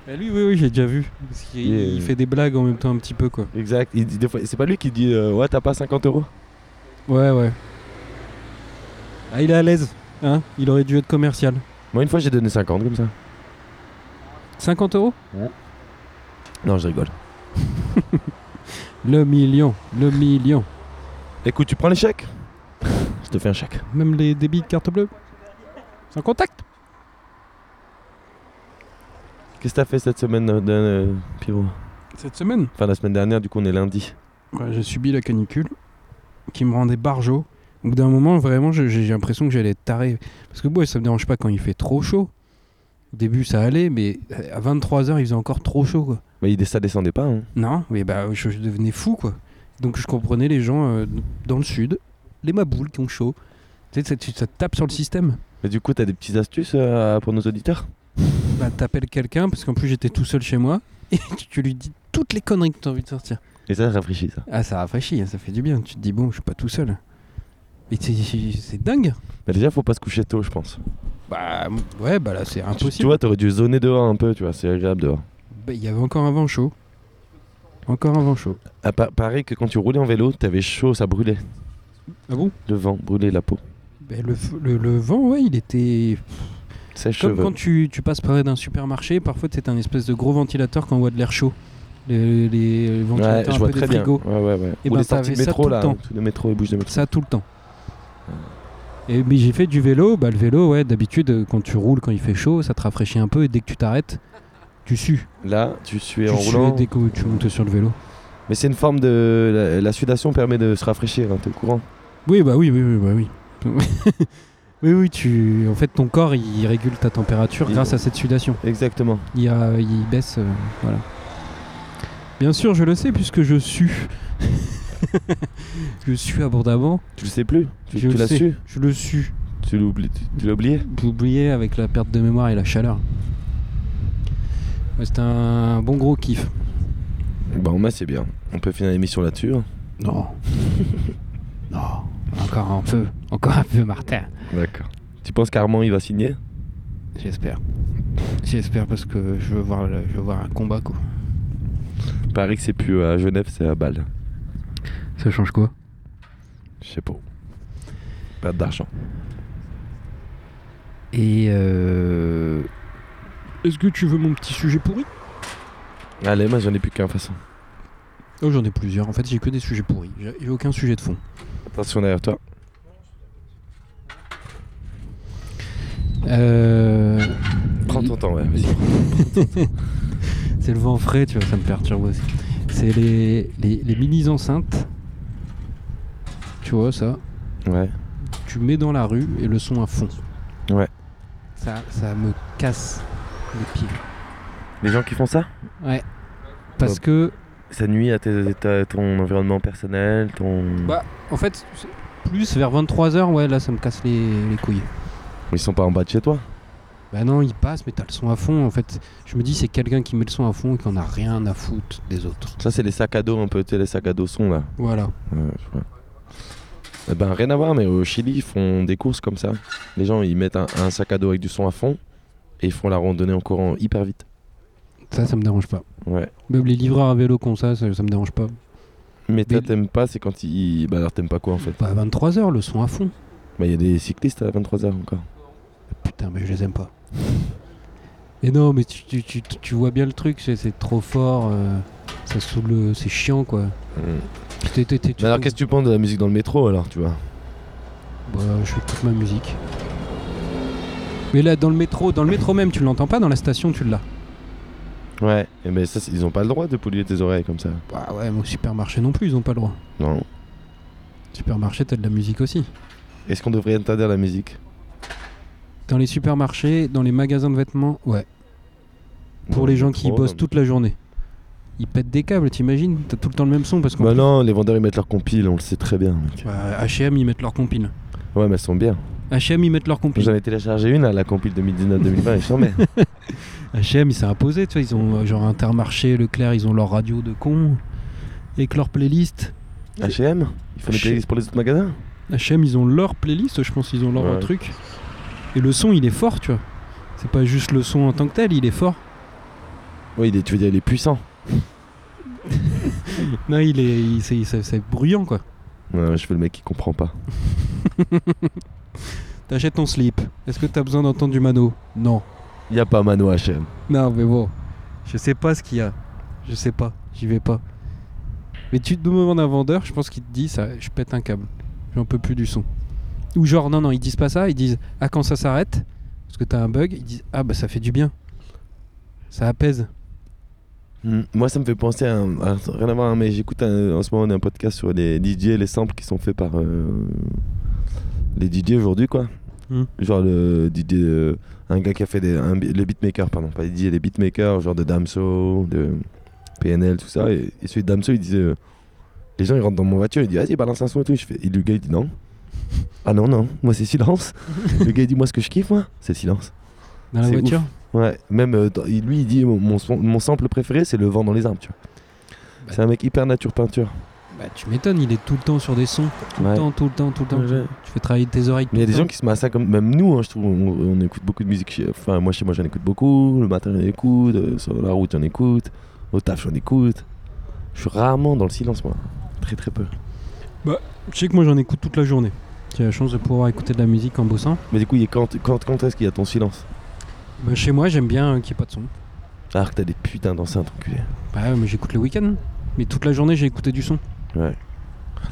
Speaker 1: Bah, lui, oui, oui, j'ai déjà vu. Parce qu'il-
Speaker 2: Il
Speaker 1: il,
Speaker 2: est-
Speaker 1: fait des blagues en même temps, un petit peu, quoi.
Speaker 2: Exact. Il dit des fois, c'est pas lui qui dit euh, ouais t'as pas 50 euros.
Speaker 1: Ouais, ouais. Ah, il est à l'aise. Hein il aurait dû être commercial.
Speaker 2: Moi une fois j'ai donné 50 comme ça.
Speaker 1: 50 euros
Speaker 2: Non je rigole.
Speaker 1: Le million. Le million.
Speaker 2: <laughs> Écoute tu prends l'échec te fais un chèque.
Speaker 1: Même les débits de carte bleue. Sans contact.
Speaker 2: Qu'est-ce que t'as fait cette semaine, euh, de- euh, Pierrot
Speaker 1: Cette semaine,
Speaker 2: Enfin, la semaine dernière, du coup, on est lundi.
Speaker 1: ouais, j'ai subi la canicule qui me rendait barjot. Au bout d'un moment, vraiment, je- j'ai j'ai l'impression que j'allais être taré. Parce que moi, ça me dérange pas quand il fait trop chaud. Au début, ça allait, mais euh, à 23h, il faisait encore trop chaud. Quoi.
Speaker 2: Mais il, ça descendait pas. Hein.
Speaker 1: Non, mais bah, je, je devenais fou, quoi. Donc je comprenais les gens euh, dans le sud, les maboules qui ont chaud. Tu sais, ça, tu- ça te tape sur le système.
Speaker 2: Mais du coup, t'as des petites astuces euh, pour nos auditeurs
Speaker 1: Bah, t'appelles quelqu'un, parce qu'en plus j'étais tout seul chez moi, <laughs> et tu, tu lui dis toutes les conneries que t'as envie de sortir.
Speaker 2: Et ça, ça rafraîchit ça.
Speaker 1: Ah, ça rafraîchit, ça fait du bien. Tu te dis, bon, je suis pas tout seul. Mais c'est- c'est c'est dingue.
Speaker 2: Bah, déjà, faut pas se coucher tôt, je pense.
Speaker 1: Bah, ouais, bah là, c'est
Speaker 2: Tu, tu
Speaker 1: impossible.
Speaker 2: vois, t'aurais dû zoner dehors un peu, tu vois, c'est agréable dehors.
Speaker 1: Bah, il y avait encore un vent chaud. Encore un vent chaud.
Speaker 2: Ah, pa- pareil que quand tu roulais en vélo, t'avais chaud, ça brûlait.
Speaker 1: Ah bon
Speaker 2: Le vent brûlait la peau.
Speaker 1: Bah, le, f- le- le vent, ouais, il était
Speaker 2: Sèche
Speaker 1: Comme
Speaker 2: cheveux.
Speaker 1: quand tu, tu passes près d'un supermarché, parfois t'es un espèce de gros ventilateur qui envoie de l'air chaud. Les, les
Speaker 2: Ouais,
Speaker 1: ventilateurs
Speaker 2: je
Speaker 1: un
Speaker 2: vois
Speaker 1: peu des
Speaker 2: très bien.
Speaker 1: frigos.
Speaker 2: Ouais, ouais, ouais.
Speaker 1: Et
Speaker 2: Ou
Speaker 1: ben,
Speaker 2: les sorties
Speaker 1: t'avais
Speaker 2: de
Speaker 1: ça
Speaker 2: métro,
Speaker 1: tout le
Speaker 2: là.
Speaker 1: temps.
Speaker 2: tous les métros et bouches de métro.
Speaker 1: Ça tout le temps. Et mais j'ai fait du vélo, bah le vélo ouais d'habitude euh, quand tu roules quand il fait chaud ça te rafraîchit un peu et dès que tu t'arrêtes tu sues.
Speaker 2: Là, tu suis
Speaker 1: Tu
Speaker 2: en
Speaker 1: sues
Speaker 2: roulant.
Speaker 1: dès que tu montes sur le vélo.
Speaker 2: Mais c'est une forme de. La, la sudation permet de se rafraîchir, hein, t'es au courant
Speaker 1: Oui bah oui oui oui bah, oui. <laughs> oui oui tu en fait ton corps il régule ta température
Speaker 2: Il-
Speaker 1: grâce à cette sudation.
Speaker 2: Exactement.
Speaker 1: Il, y a- il baisse euh, voilà. Bien sûr je le sais puisque je sue. <laughs> je sue abondamment.
Speaker 2: Tu le sais plus Tu,
Speaker 1: Je
Speaker 2: tu
Speaker 1: le
Speaker 2: l'as
Speaker 1: sais.
Speaker 2: su
Speaker 1: Je le sue.
Speaker 2: Tu l'oublies tu, tu l'as oublié
Speaker 1: Vous oubliez avec la perte de mémoire et la chaleur. Ouais, C'était un bon gros kiff.
Speaker 2: Bon, bah, c'est bien. On peut finir l'émission là-dessus. hein.
Speaker 1: <laughs> Non. non. Encore un peu. Encore un peu, Martin.
Speaker 2: D'accord. Tu penses qu'Armand, il va signer
Speaker 1: J'espère. J'espère parce que je veux voir, le- je veux voir un combat quoi.
Speaker 2: Paris, que c'est plus à Genève, c'est à Bâle.
Speaker 1: Ça change quoi
Speaker 2: Je sais pas. Perte d'argent.
Speaker 1: Et euh... Est-ce que tu veux mon petit sujet pourri
Speaker 2: Allez, moi, j'en ai plus qu'un, de toute façon.
Speaker 1: Oh j'en ai plusieurs. En fait j'ai que des sujets pourris. J'ai j'ai aucun sujet de fond.
Speaker 2: Attention derrière toi.
Speaker 1: Euh...
Speaker 2: Prends ton temps, ouais, vas-y.
Speaker 1: C'est le vent frais, tu vois, ça me perturbe aussi. C'est les, les, les mini enceintes. Tu vois ça
Speaker 2: Ouais.
Speaker 1: Tu mets dans la rue et le son à fond.
Speaker 2: Ouais.
Speaker 1: Ça, ça me casse les pieds.
Speaker 2: Les gens qui font ça
Speaker 1: Parce que,
Speaker 2: Ça nuit à tes- ta- ton environnement personnel, ton.
Speaker 1: Bah. en fait, c'est- plus vers 23h, ouais, là, ça me casse les, les couilles.
Speaker 2: Ils sont pas en bas de chez toi
Speaker 1: Bah non, il passe, mais t'as le son à fond. En fait, je me dis, c'est quelqu'un qui met le son à fond et qui en a rien à foutre des autres.
Speaker 2: Ça, c'est les sacs à dos un peu, tu sais, les sacs à dos son là.
Speaker 1: Voilà.
Speaker 2: Ouais, je vois. Eh ben, rien à voir, mais au Chili, ils font des courses comme ça. Les gens, ils mettent un, un sac à dos avec du son à fond et ils font la randonnée en courant hyper vite.
Speaker 1: Ça, ça me dérange pas.
Speaker 2: Ouais.
Speaker 1: Même les livreurs à vélo comme ça, ça, ça me dérange pas.
Speaker 2: Mais toi,
Speaker 1: Mais-
Speaker 2: t'aimes pas, c'est quand ils. Bah, alors, t'aimes pas quoi en fait
Speaker 1: Bah, à 23h, le son à fond.
Speaker 2: Bah, il y a des cyclistes à 23h encore.
Speaker 1: Putain, mais je les aime pas. Mais non, mais tu, tu, tu, tu vois bien le truc, c'est- c'est trop fort, euh, ça saoule, euh, c'est chiant quoi. T'es- t'es- t'es- tu-
Speaker 2: Mais alors, qu'est-ce que tu penses de la musique dans le métro alors, tu vois
Speaker 1: Bah, je fais toute ma musique. Mais là, dans le métro, dans le métro même, tu l'entends pas, dans la station, tu l'as.
Speaker 2: Ouais. Et ben, ça, c'est- ils ont pas le droit de polluer tes oreilles comme ça.
Speaker 1: Bah ouais, mais au supermarché non plus, ils ont pas le droit.
Speaker 2: Non.
Speaker 1: Supermarché, t'as de la musique aussi.
Speaker 2: Est-ce qu'on devrait interdire la musique
Speaker 1: Dans les supermarchés, dans les magasins de vêtements, ouais. Pour les gens qui
Speaker 2: Oh,
Speaker 1: bossent
Speaker 2: non.
Speaker 1: toute la journée. Ils pètent des câbles, t'imagines T'as tout le temps le même son parce qu'en
Speaker 2: Bah non, les vendeurs ils mettent leurs compiles, on le sait très bien. mec.
Speaker 1: Bah, H&M, ils mettent leur compile.
Speaker 2: Ouais, mais elles sont bien.
Speaker 1: H&M, ils mettent leur compile.
Speaker 2: J'en ai téléchargé une, là, la compile 2019-2020, et je
Speaker 1: <laughs>
Speaker 2: t'en mets.
Speaker 1: HM, il s'est imposé, tu vois, ils ont euh, genre Intermarché, Leclerc, ils ont leur radio de con, et que leur playlist.
Speaker 2: HM Il faut des
Speaker 1: H-
Speaker 2: playlists pour les autres magasins
Speaker 1: HM, ils ont leur playlist, je pense qu'ils ont leur
Speaker 2: Ouais.
Speaker 1: truc. Et le son, il est fort, tu vois. C'est pas juste le son en tant que tel, il est fort.
Speaker 2: Oui, il est- tu veux dire, il est puissant.
Speaker 1: Non, il est, il- c'est, c'est- c'est bruyant, quoi.
Speaker 2: Ouais, je fais le mec qui comprend pas.
Speaker 1: T'achètes ton slip. Est-ce que t'as besoin d'entendre du mano Non.
Speaker 2: Il a pas Mano HM.
Speaker 1: Non, mais bon, je sais pas ce qu'il y a. Je sais pas, j'y vais pas. Mais tu te demandes à un vendeur, je pense qu'il te dit ça, je pète un câble. J'en peux plus du son. Ou genre, non, non, ils disent pas ça, ils disent Ah, quand ça s'arrête, parce que t'as un bug, ils disent Ah, bah ça fait du bien. Ça apaise.
Speaker 2: Mm. Moi, ça me fait penser à. un- à- rien à voir, hein, mais j'écoute un- en ce moment un podcast sur les DJ et les samples qui sont faits par euh, les DJ aujourd'hui, quoi.
Speaker 1: Mm.
Speaker 2: Genre le DJ. euh, un gars qui a fait des. un bi- les beatmakers, pardon, pas les DJ, les beatmakers, genre de Damso, de PNL, tout ça. Et, et celui de Damso, il disait. euh, les gens, ils rentrent dans mon voiture, ils disent Vas-y, balance un son et tout. Je fais, et le gars, il dit Non. Ah non, non, moi, c'est silence. le gars, il dit Moi, ce que je kiffe, moi, c'est le silence.
Speaker 1: Dans la
Speaker 2: C'est
Speaker 1: voiture
Speaker 2: Ouais, même euh, dans- il- lui il dit mon, mon, son- mon sample préféré c'est le vent dans les arbres, tu vois.
Speaker 1: Bah,
Speaker 2: C'est un mec hyper nature peinture.
Speaker 1: Bah, tu m'étonnes, il est tout le temps sur des sons. Tout
Speaker 2: Ouais.
Speaker 1: le temps, tout le temps, tout le temps.
Speaker 2: Ouais, ouais.
Speaker 1: Tu fais travailler tes oreilles.
Speaker 2: Mais il y a des
Speaker 1: tout le
Speaker 2: gens qui se mettent à ça comme même nous, hein, je trouve. On, on écoute beaucoup de musique. chez- Enfin, moi chez moi j'en écoute beaucoup. Le matin j'en écoute. euh, sur la route j'en écoute. Au taf j'en écoute. Je suis rarement dans le silence moi. Très très peu.
Speaker 1: temps. Je sais que moi j'en écoute toute la journée. J'ai la chance de pouvoir écouter de la musique en bossant.
Speaker 2: Mais du coup, il est quand, quand, quand est-ce qu'il y a ton silence
Speaker 1: Bah, chez moi, j'aime bien euh, qu'il n'y ait pas de son.
Speaker 2: Alors que t'as des putains d'enceintes enculé.
Speaker 1: Bah, ouais, mais j'écoute le week-end. Mais toute la journée, j'ai écouté du son.
Speaker 2: Ouais.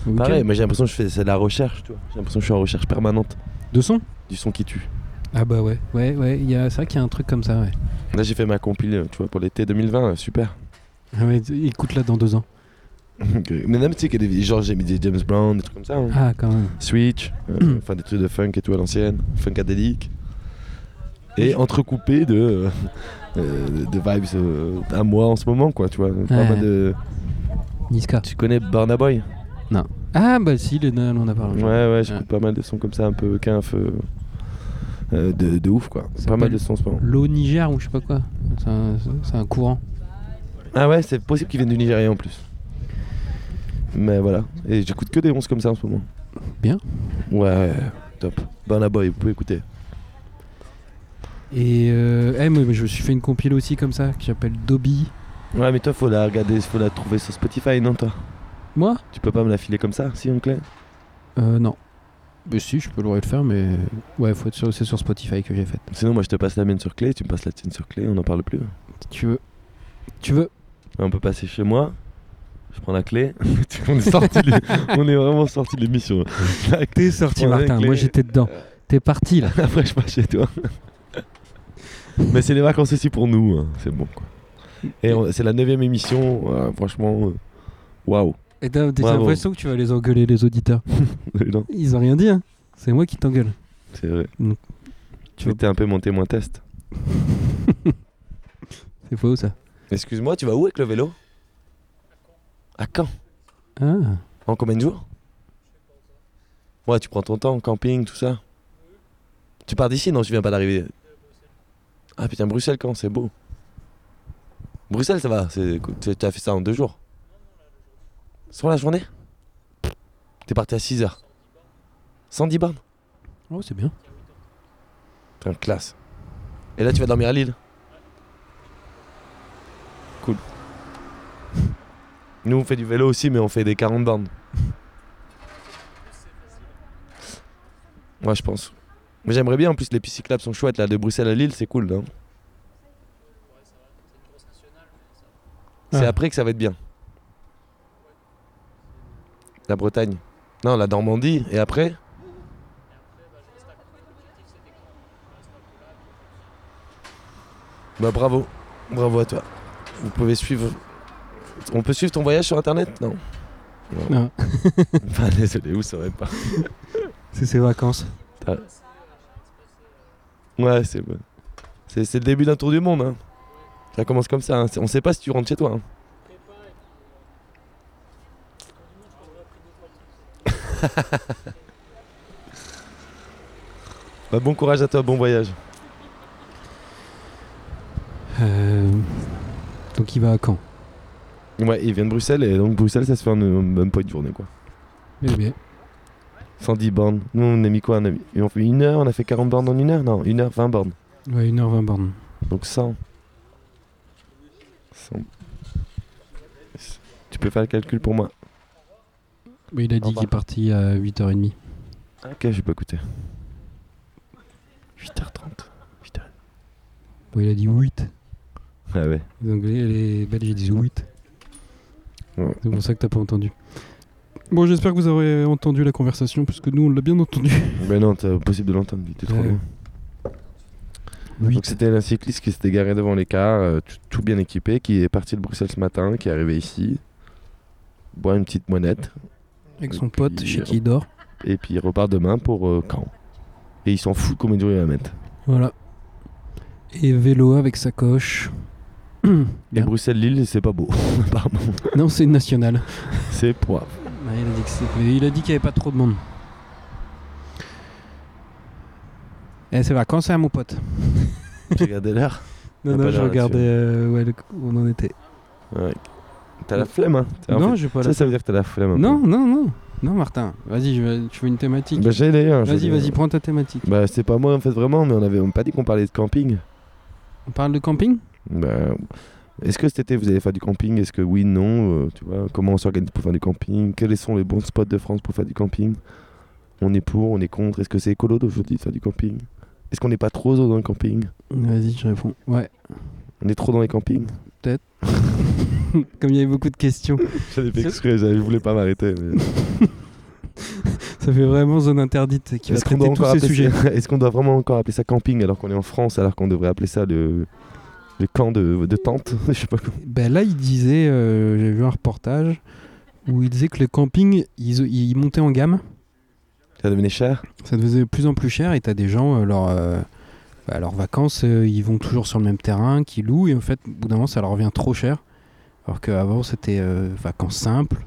Speaker 1: Le week-end.
Speaker 2: Pareil, mais j'ai l'impression que je fais c'est de la recherche, tu vois. J'ai l'impression que je suis en recherche permanente
Speaker 1: De son
Speaker 2: du son qui tue.
Speaker 1: Ah, bah ouais. Ouais, ouais. il y A... C'est vrai qu'il y a un truc comme ça, ouais.
Speaker 2: Là j'ai fait ma compile, euh, tu vois, pour l'été 2020, euh, super.
Speaker 1: Ah ouais, écoute-la dans deux ans.
Speaker 2: <laughs> Ok. Mais même, tu sais, qu'il y a des- genre, j'ai mis des James Brown, des trucs comme ça. hein.
Speaker 1: Ah, quand même.
Speaker 2: Switch, euh, enfin des trucs de funk et tout à l'ancienne, funkadélique. Et entrecoupé de, euh, euh, de vibes euh, à moi en ce moment, quoi, tu vois. Pas
Speaker 1: Ouais.
Speaker 2: mal de...
Speaker 1: Niska.
Speaker 2: Tu connais Burna Boy
Speaker 1: Ah, bah si, les nains, on en a parlé.
Speaker 2: Ouais, ouais, j'écoute
Speaker 1: Ouais.
Speaker 2: pas mal de sons comme ça, un peu quinf. euh, euh, de, de ouf, quoi.
Speaker 1: Ça
Speaker 2: Pas mal
Speaker 1: s'appelle
Speaker 2: de sons en ce moment.
Speaker 1: L'eau Niger ou je sais pas quoi. C'est un, c'est un courant.
Speaker 2: Ah ouais, c'est possible qu'ils viennent du Nigeria en plus. Mais voilà. Et j'écoute que des 11 comme ça en ce moment.
Speaker 1: Bien.
Speaker 2: Ouais, top. Burna Boy, vous pouvez écouter.
Speaker 1: Et euh, eh, moi, je me suis fait une compile aussi comme ça, qui s'appelle Dobby.
Speaker 2: Ouais, mais toi, faut la regarder, faut la trouver sur Spotify, non, toi
Speaker 1: Moi
Speaker 2: Tu peux pas me la filer comme ça, si, oncle
Speaker 1: Euh, non. Mais Bah si, je peux le le faire, mais ouais, faut être sûr, c'est sur Spotify que j'ai fait.
Speaker 2: Sinon, moi, je te passe la mienne sur clé, tu me passes la tienne sur clé, on n'en parle plus. Ouais,
Speaker 1: Si tu veux. Tu veux
Speaker 2: On peut passer chez moi, je prends la clé. <laughs> on, est sorti de- on est vraiment sorti de l'émission. <laughs>
Speaker 1: T'es sorti,
Speaker 2: Ouais,
Speaker 1: Martin.
Speaker 2: avec
Speaker 1: Moi,
Speaker 2: les- Euh.
Speaker 1: j'étais dedans. T'es parti, là.
Speaker 2: Après, je passe chez toi. <laughs> mais c'est les vacances aussi pour nous, hein, c'est bon, quoi. Et on- c'est la neuvième émission, voilà, franchement, euh, waouh. <laughs>
Speaker 1: Et t'as t'as
Speaker 2: Bravo.
Speaker 1: l'impression que tu vas les engueuler, les auditeurs.
Speaker 2: non,
Speaker 1: Ils ont rien dit, hein. C'est moi qui t'engueule.
Speaker 2: c'est vrai.
Speaker 1: Mm.
Speaker 2: Tu étais un peu mon témoin test.
Speaker 1: C'est faux, ça.
Speaker 2: Excuse-moi, tu vas où avec le vélo À Caen.
Speaker 1: Ah.
Speaker 2: En combien de jours Ouais, tu prends ton temps, camping, tout ça. Tu pars d'ici Non, tu viens pas d'arriver. Ah putain, Bruxelles quand C'est beau. Bruxelles, ça va. c'est- Tu tu as fait ça en deux jours. Sur la journée T'es parti à 6 heures. 110 bornes
Speaker 1: Oh, c'est bien.
Speaker 2: Putain, classe. Et là, tu vas dormir à Lille Cool. Nous, on fait du vélo aussi, mais on fait des 40 bornes. Moi, je pense. Mais j'aimerais bien, en plus, les pistes cyclables sont chouettes, là, de Bruxelles à Lille, c'est cool, non C'est
Speaker 1: Ah.
Speaker 2: après que ça va être bien. La Bretagne. Non, la Normandie, et après Bah bravo, bravo à toi. Vous pouvez suivre. On peut suivre ton voyage sur internet <laughs> Non.
Speaker 1: Non.
Speaker 2: Enfin, Bah, désolé, vous saurez pas.
Speaker 1: C'est ses vacances.
Speaker 2: Ouais, c'est bon. C'est c'est le début d'un tour du monde. Hein. Ça commence comme ça. hein. C'est- On sait pas si tu rentres chez <laughs> toi. hein. bah, bon courage à toi, bon voyage.
Speaker 1: Euh, Donc, il va à Caen.
Speaker 2: Ouais, il vient de Bruxelles et donc Bruxelles, ça se fait en euh, même pas une journée quoi.
Speaker 1: Eh bien.
Speaker 2: 110 bornes. Nous, on a mis quoi on a mis- et on fait une heure, on a fait 40 bornes en une heure Non, une heure, 20 bornes.
Speaker 1: Ouais, 1h20 bornes.
Speaker 2: Donc 100. 100. Tu peux faire le calcul pour moi
Speaker 1: Mais il a dit
Speaker 2: Au
Speaker 1: qu'il est
Speaker 2: revoir.
Speaker 1: parti à 8h30.
Speaker 2: Ok, j'ai pas écouté. 8h30. 8h.
Speaker 1: Bon, il a dit 8.
Speaker 2: Ah ouais.
Speaker 1: Les Anglais, les Belges, ils disent 8.
Speaker 2: Ouais.
Speaker 1: C'est pour ça que t'as pas entendu. Bon, j'espère que vous aurez entendu la conversation, puisque nous, on l'a bien entendu. Euh.
Speaker 2: Mais non, c'est impossible de l'entendre, il était trop
Speaker 1: Ouais.
Speaker 2: loin. Donc c'était un cycliste qui s'était garé devant les cars, euh, tout- tout bien équipé, qui est parti de Bruxelles ce matin, qui est arrivé ici, boit une petite monette,
Speaker 1: Avec son
Speaker 2: Et
Speaker 1: pote,
Speaker 2: puis,
Speaker 1: chez qui il dort.
Speaker 2: et puis il repart demain pour euh, Caen. Et il s'en fout de combien de jours il va mettre.
Speaker 1: Voilà. Et vélo avec sa coche. <clears throat>
Speaker 2: Et Ah.
Speaker 1: Bien.
Speaker 2: Bruxelles-Lille, c'est pas beau, <laughs> apparemment.
Speaker 1: Non, c'est une nationale.
Speaker 2: C'est poivre.
Speaker 1: Ouais, Ah, il a dit que c'est- mais il a dit qu'il n'y avait pas trop de monde. Eh, c'est vacances, hein, mon pote
Speaker 2: J'ai regardé l'heure.
Speaker 1: Non,
Speaker 2: Ah,
Speaker 1: non,
Speaker 2: pas
Speaker 1: je
Speaker 2: là,
Speaker 1: regardais euh, ouais, le- où on en était.
Speaker 2: Ouais. T'as la flemme, hein T'as- en
Speaker 1: non,
Speaker 2: fait,
Speaker 1: j'ai pas
Speaker 2: ça,
Speaker 1: la...
Speaker 2: ça veut dire que t'as la flemme. un peu.
Speaker 1: Non, non, non. Non, Martin, vas-y, je veux- tu veux une thématique
Speaker 2: Bah, j'ai d'ailleurs. j'ai
Speaker 1: Vas-y,
Speaker 2: d'ailleurs.
Speaker 1: vas-y, prends ta thématique.
Speaker 2: Bah, c'est pas moi en fait vraiment, mais on avait on pas dit qu'on parlait de camping.
Speaker 1: On parle de camping
Speaker 2: Bah, est-ce que cet été vous allez faire du camping Est-ce que oui, non euh, Tu vois, comment on s'organise pour faire du camping Quels sont les bons spots de France pour faire du camping On est pour, on est contre. Est-ce que c'est écolo d'aujourd'hui de faire du camping Est-ce qu'on n'est pas trop dans le camping
Speaker 1: Vas-y, je réponds. Ouais,
Speaker 2: On est trop dans les campings
Speaker 1: comme il y avait beaucoup de questions, <laughs>
Speaker 2: J'avais fait exprès, j'avais- je voulais pas m'arrêter. mais-
Speaker 1: ça fait vraiment zone interdite qui va
Speaker 2: Est-ce qu'on
Speaker 1: traiter
Speaker 2: doit
Speaker 1: tous
Speaker 2: encore
Speaker 1: ces
Speaker 2: appeler
Speaker 1: sujets.
Speaker 2: ça- <laughs> Est-ce qu'on doit vraiment encore appeler ça camping alors qu'on est en France alors qu'on devrait appeler ça le, le camp de, de tente <laughs> Je sais pas comment.
Speaker 1: Ben là, il disait, euh, j'ai vu un reportage où il disait que le camping, ils, ils montaient en gamme,
Speaker 2: Ça devenait cher.
Speaker 1: ça devenait de plus en plus cher et t'as des gens, euh, leur, euh, bah, leurs vacances, euh, ils vont toujours sur le même terrain, qui louent et en fait, au bout d'un moment, ça leur revient trop cher. Alors qu'avant, c'était euh, vacances simples.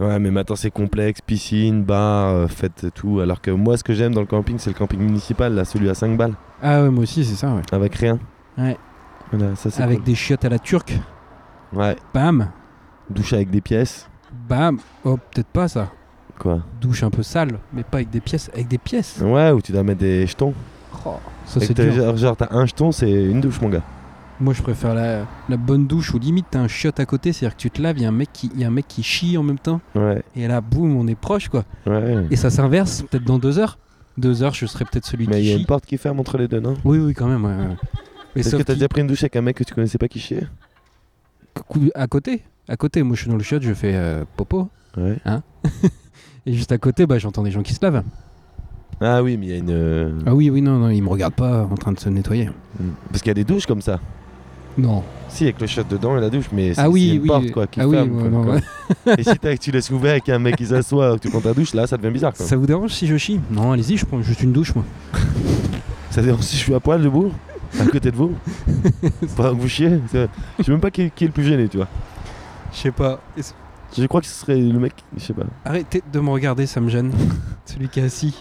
Speaker 2: Ouais, mais maintenant c'est complexe, piscine, bar, euh, fête, tout. Alors que moi, ce que j'aime dans le camping, c'est le camping municipal, là, celui à 5 balles,
Speaker 1: Ah ouais, moi aussi, c'est ça, ouais.
Speaker 2: avec rien.
Speaker 1: Ouais.
Speaker 2: Voilà, ça c'est
Speaker 1: Avec
Speaker 2: cool.
Speaker 1: des chiottes à la turque,
Speaker 2: Ouais,
Speaker 1: bam,
Speaker 2: douche avec des pièces,
Speaker 1: bam, oh, peut-être pas ça.
Speaker 2: quoi.
Speaker 1: Douche un peu sale, mais pas avec des pièces, avec des pièces. Oh,
Speaker 2: Ouais, où tu dois mettre des jetons.
Speaker 1: Ça,
Speaker 2: Et
Speaker 1: c'est
Speaker 2: que t'as-
Speaker 1: dur.
Speaker 2: genre, genre, t'as un jeton, c'est une douche, mon gars.
Speaker 1: Moi, je préfère la, la bonne douche où limite t'as un chiotte à côté, c'est-à-dire que tu te laves, il y, a un mec qui- y a un mec qui chie en même temps,
Speaker 2: Ouais,
Speaker 1: et là, boum, on est proche, quoi.
Speaker 2: ouais.
Speaker 1: Et ça s'inverse, peut-être dans deux heures. Deux heures, je serai peut-être celui
Speaker 2: Mais il
Speaker 1: qui
Speaker 2: y a
Speaker 1: chie.
Speaker 2: une porte qui ferme entre les deux, non
Speaker 1: Oui, oui, quand même. ouais, ouais. Mais
Speaker 2: Est-ce
Speaker 1: sauf
Speaker 2: que t'as
Speaker 1: qu'il-
Speaker 2: déjà pris une douche avec un mec que tu connaissais pas qui chiait
Speaker 1: cou- à côté, à côté, moi, je suis dans le chiotte, je fais euh, popo,
Speaker 2: Ouais.
Speaker 1: et juste à côté, bah, j'entends des gens qui se lavent.
Speaker 2: Ah oui, mais il y a une. euh,
Speaker 1: Ah oui, oui, non, non, ils me regardent pas en train de se nettoyer.
Speaker 2: Parce qu'il y a des douches comme ça.
Speaker 1: Non.
Speaker 2: Si, avec le shot dedans et la douche, mais c'est
Speaker 1: Ah oui,
Speaker 2: c'est une
Speaker 1: oui.
Speaker 2: porte quoi, qui
Speaker 1: Ah oui,
Speaker 2: ferme.
Speaker 1: ouais,
Speaker 2: quoi,
Speaker 1: non,
Speaker 2: quoi.
Speaker 1: ouais.
Speaker 2: et si t'as- tu laisses ouvert et qu'il y a un mec qui s'assoit alors que tu prends ta douche, là ça devient bizarre. Quoi. Ça...
Speaker 1: Ça vous dérange si je chie Non, allez-y, je prends juste une douche, moi.
Speaker 2: dérange si je suis à poil debout, à côté de <laughs> vous. Pas que vous chiez. c'est- Je sais même pas qui, qui est le plus gêné, tu vois.
Speaker 1: Je sais pas.
Speaker 2: Je crois que ce serait le mec, je sais pas.
Speaker 1: Arrêtez de me regarder, ça me gêne. Celui qui est assis.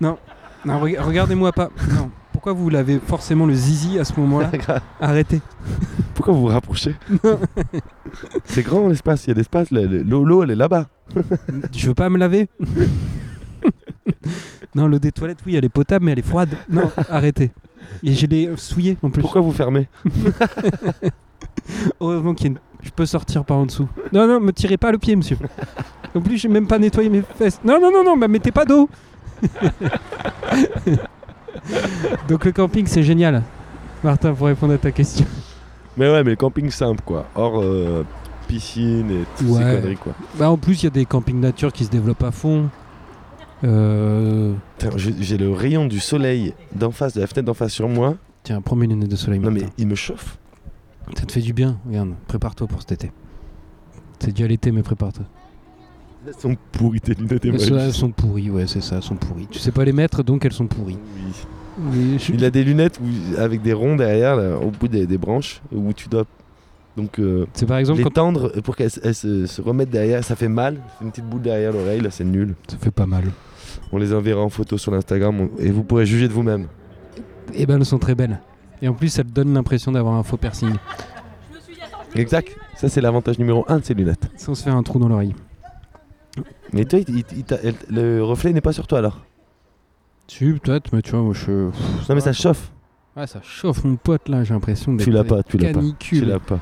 Speaker 1: non, non reg- regardez-moi pas. Non. Pourquoi vous lavez forcément le zizi à ce moment-là
Speaker 2: <laughs>
Speaker 1: Arrêtez.
Speaker 2: Pourquoi vous vous rapprochez C'est grand l'espace, il y a d'espace, le- le- l'eau l'eau, elle est là-bas.
Speaker 1: Je veux pas me laver. non, l'eau des toilettes, oui, elle est potable, mais elle est froide. Non, arrêtez. Et je l'ai souillé en plus.
Speaker 2: Pourquoi vous fermez
Speaker 1: Heureusement qu'il y a une- Je peux sortir par en dessous. Non, non, me tirez pas le pied, <laughs> monsieur. En plus, j'ai même pas nettoyé mes fesses. Non, non, non, non, bah, mettez pas <laughs> d'eau. Donc le camping, c'est génial. Martin, pour répondre à ta question.
Speaker 2: Mais ouais, mais le camping simple quoi. Hors euh, piscine et toutes
Speaker 1: Ouais.
Speaker 2: ces conneries quoi.
Speaker 1: Bah, en plus, il y a des campings nature qui se développent à fond. Euh,
Speaker 2: Putain, J'ai j'ai le rayon du soleil d'en face, de la fenêtre d'en face sur moi.
Speaker 1: Tiens, prends mes lunettes de soleil.
Speaker 2: Non mais
Speaker 1: Martin.
Speaker 2: il me chauffe.
Speaker 1: Ça te fait du bien. Regarde, prépare-toi pour cet été. C'est déjà l'été, mais prépare-toi.
Speaker 2: Elles sont pourries tes lunettes et moi,
Speaker 1: Elles
Speaker 2: je-
Speaker 1: sont pourries, ouais, c'est ça, elles sont pourries. Tu sais pas les mettre, donc elles sont pourries.
Speaker 2: Oui.
Speaker 1: Oui, je-
Speaker 2: Il a des lunettes où- avec des ronds derrière, là, au bout des, des branches, où tu dois donc euh,
Speaker 1: C'est par exemple
Speaker 2: les
Speaker 1: quand
Speaker 2: tendre pour qu'elles s- elles se, se remettent derrière. Ça fait mal, une petite boule derrière l'oreille, là c'est nul.
Speaker 1: Ça fait pas mal.
Speaker 2: On les enverra en photo sur l'Instagram on- et vous pourrez juger de vous-même.
Speaker 1: Eh ben, elles sont très belles. Et en plus, ça te donne l'impression d'avoir un faux piercing.
Speaker 2: Exact, ça c'est l'avantage numéro un de ces lunettes.
Speaker 1: Sans se faire un trou dans l'oreille.
Speaker 2: Mais toi, il- il- il t'a- elle- le reflet n'est pas sur toi alors.
Speaker 1: Tu, peut-être, mais tu vois, moi je.
Speaker 2: Non mais ça chauffe.
Speaker 1: Ouais, ça chauffe mon pote là, j'ai l'impression d'être.
Speaker 2: Tu l'as pas, tu l'as pas.
Speaker 1: canicule.
Speaker 2: Tu l'as pas.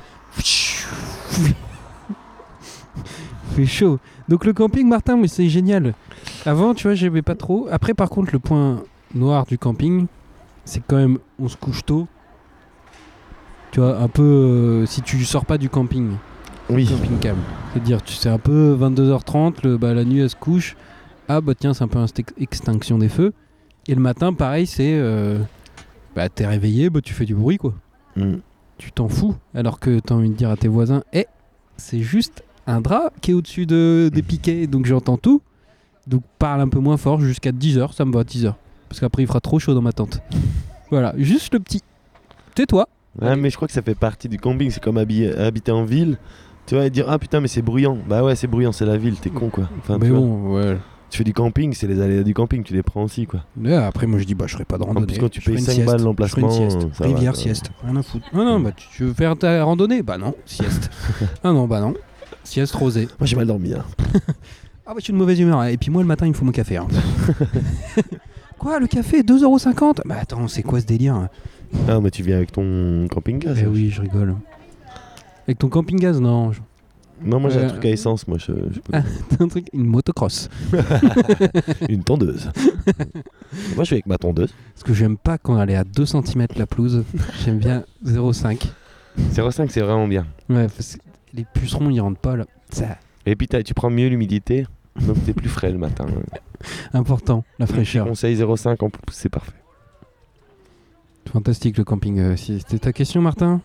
Speaker 1: fait chaud. Donc le camping, Martin, mais c'est génial. Avant, tu vois, j'aimais pas trop. Après, par contre, le point noir du camping, c'est quand même, on se couche tôt. Tu vois, un peu, euh, si tu sors pas du camping,
Speaker 3: Oui.
Speaker 1: Camping Cam. C'est-à-dire, tu sais, un peu 22h30, le, bah, la nuit elle se couche. Ah bah tiens, c'est un peu insti- extinction des feux. Et le matin, pareil, c'est. euh, bah t'es réveillé, bah tu fais du bruit quoi.
Speaker 2: Mm.
Speaker 1: Tu t'en fous. Alors que t'as envie de dire à tes voisins, hé, c'est juste un drap qui est au-dessus de,
Speaker 2: Mmh.
Speaker 1: des piquets, donc j'entends tout. Donc parle un peu moins fort jusqu'à 10h, ça me va 10h. Parce qu'après il fera trop chaud dans ma
Speaker 2: <laughs>
Speaker 1: tente. voilà, juste le petit. Tais-toi.
Speaker 2: Allez.
Speaker 3: Ouais, mais je crois que ça fait partie du camping. C'est comme habi- habiter en ville. Tu vois, et dire Ah putain, mais c'est bruyant. Bah ouais, c'est bruyant, c'est la ville, t'es con quoi. Enfin,
Speaker 1: Mais
Speaker 2: tu vois,
Speaker 1: bon, ouais.
Speaker 2: tu fais du camping, c'est les aléas du camping, tu les prends aussi quoi.
Speaker 1: Ouais, après, moi je dis, bah je ferai pas de randonnée.
Speaker 2: plus, quand tu
Speaker 1: je ferai
Speaker 2: payes
Speaker 1: une
Speaker 2: cinq
Speaker 1: sieste,
Speaker 2: balles
Speaker 1: je ferai une
Speaker 2: l'emplacement,
Speaker 1: sieste.
Speaker 2: euh, ça va,
Speaker 1: Rivière,
Speaker 2: ça va.
Speaker 1: sieste, rien à foutre. Non, non, bah tu, tu veux faire ta randonnée Bah non,
Speaker 2: <laughs>
Speaker 1: sieste. ah non, bah non. Sieste rosée.
Speaker 2: Moi j'ai mal dormi. hein.
Speaker 1: Ah bah je suis de mauvaise humeur. Et puis moi le matin, il me faut mon
Speaker 2: <laughs>
Speaker 1: café. hein. quoi, le café 2,50€ Bah attends, c'est quoi ce délire
Speaker 2: Ah mais tu viens avec ton camping gaz.
Speaker 1: Eh oui, je rigole. Avec ton camping-gaz, non. je- <laughs>
Speaker 2: Non moi j'ai
Speaker 1: Euh,
Speaker 2: un truc à essence, moi je, je
Speaker 1: <laughs>
Speaker 2: peux-
Speaker 1: T'as un truc, une motocross.
Speaker 2: <laughs> une
Speaker 1: <laughs>
Speaker 2: tondeuse. moi je vais avec ma tondeuse.
Speaker 1: Parce que j'aime pas quand elle est à 2 cm la pelouse. J'aime bien 0,5.
Speaker 2: 0,5 c'est vraiment bien.
Speaker 1: Ouais, parce que les pucerons, ils rentrent pas là. Ça,
Speaker 2: Et puis t'as- tu prends mieux l'humidité, donc t'es plus frais
Speaker 1: <laughs>
Speaker 2: le matin.
Speaker 1: important, la fraîcheur.
Speaker 2: Conseil 0,5 en plus c'est parfait.
Speaker 1: Fantastique le camping. euh, si C'était ta question, Martin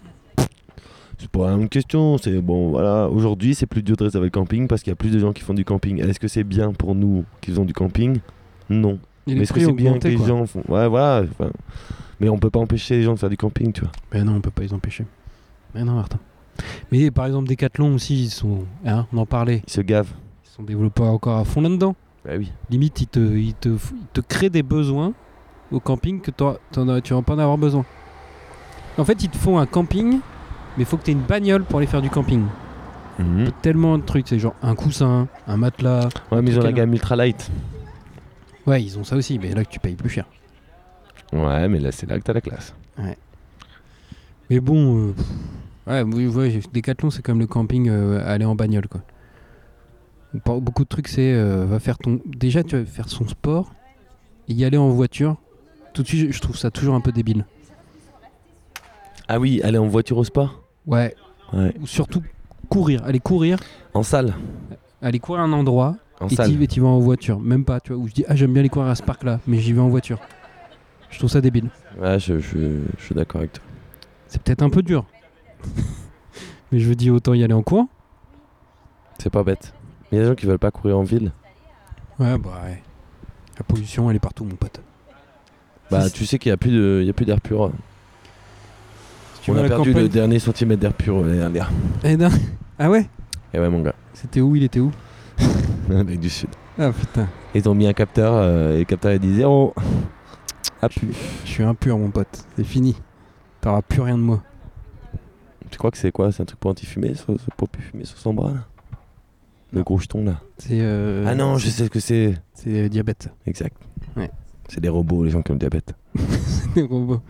Speaker 2: C'est pas une question, c'est bon voilà. Aujourd'hui c'est plus dur de rester avec le camping parce qu'il y a plus de gens qui font du camping. Est-ce que c'est bien pour nous qui faisons du camping Non.
Speaker 1: Il
Speaker 2: Mais est-ce que c'est bien que les gens font Ouais voilà. enfin, Mais on peut pas empêcher les gens de faire du camping, tu vois.
Speaker 1: Mais Ben non, on peut pas les empêcher. Mais non, Martin. Mais par exemple, Decathlon aussi, ils sont. hein, on en parlait.
Speaker 2: Ils se gavent.
Speaker 1: Ils sont développés encore à fond là-dedans.
Speaker 2: Bah oui.
Speaker 1: Limite, ils te, ils te, f- ils te créent des besoins au camping que toi, t'en as- tu vas pas en avoir besoin. En fait, ils te font un camping, mais faut que tu aies une bagnole pour aller faire du camping.
Speaker 2: Mhm.
Speaker 1: Tellement de trucs, c'est genre un coussin, un matelas.
Speaker 2: Ouais, mais ils ont la
Speaker 1: Quel-
Speaker 2: gamme ultra light.
Speaker 1: Ouais, ils ont ça aussi, mais là que tu payes plus cher.
Speaker 2: Ouais, mais là, c'est là que t'as la classe.
Speaker 1: Mais bon, euh, pff, ouais, oui, ouais, Décathlon, c'est comme le camping, euh, aller en bagnole, quoi. On parle- Beaucoup de trucs, c'est euh, va faire ton. Déjà, tu vas faire son sport, et y aller en voiture. Tout de suite, je- je trouve ça toujours un peu débile.
Speaker 2: Ah oui, aller en voiture au spa
Speaker 1: Ouais.
Speaker 2: Ouais.
Speaker 1: Ou surtout courir, aller courir,
Speaker 2: En salle
Speaker 1: aller courir à un endroit,
Speaker 2: En
Speaker 1: et
Speaker 2: salle
Speaker 1: t'y- et t'y vas en voiture. Même pas, tu vois, où je dis, ah, j'aime bien aller courir à ce parc-là, mais j'y vais en voiture. Je trouve ça débile.
Speaker 2: Ouais, je, je- je suis d'accord avec toi.
Speaker 1: C'est peut-être un peu dur. <laughs> mais je veux dire, autant y aller en courant.
Speaker 2: C'est pas bête. Il y a des gens qui veulent pas courir en ville.
Speaker 1: Ouais, bah ouais. La pollution, elle est partout, mon pote.
Speaker 2: Bah,
Speaker 1: Si-
Speaker 2: tu sais qu'il y a plus de, il y a plus d'air pur.
Speaker 1: tu
Speaker 2: on
Speaker 1: vas à
Speaker 2: a
Speaker 1: la
Speaker 2: perdu
Speaker 1: campagne-
Speaker 2: le dernier centimètre d'air pur l'année dernière.
Speaker 1: Eh non. <laughs> Ah ouais
Speaker 2: Et ouais, mon <laughs> gars.
Speaker 1: C'était où Il était où
Speaker 2: Un mec du sud.
Speaker 1: Ah putain,
Speaker 2: Ils ont mis un capteur euh, et le capteur il dit zéro. Ah pu.
Speaker 1: je suis impur mon pote, c'est fini. T'auras plus rien de moi.
Speaker 2: Tu crois que c'est quoi C'est un truc pour anti-fumer, sur- sur- pour plus fumer sur son bras là Le
Speaker 1: Non.
Speaker 2: gros jeton là.
Speaker 1: C'est euh,
Speaker 2: Ah non, je sais ce que c'est.
Speaker 1: c'est euh, diabète <laughs> ça.
Speaker 2: Exact.
Speaker 1: Ouais.
Speaker 2: C'est des robots, les gens qui ont le diabète.
Speaker 1: Des robots.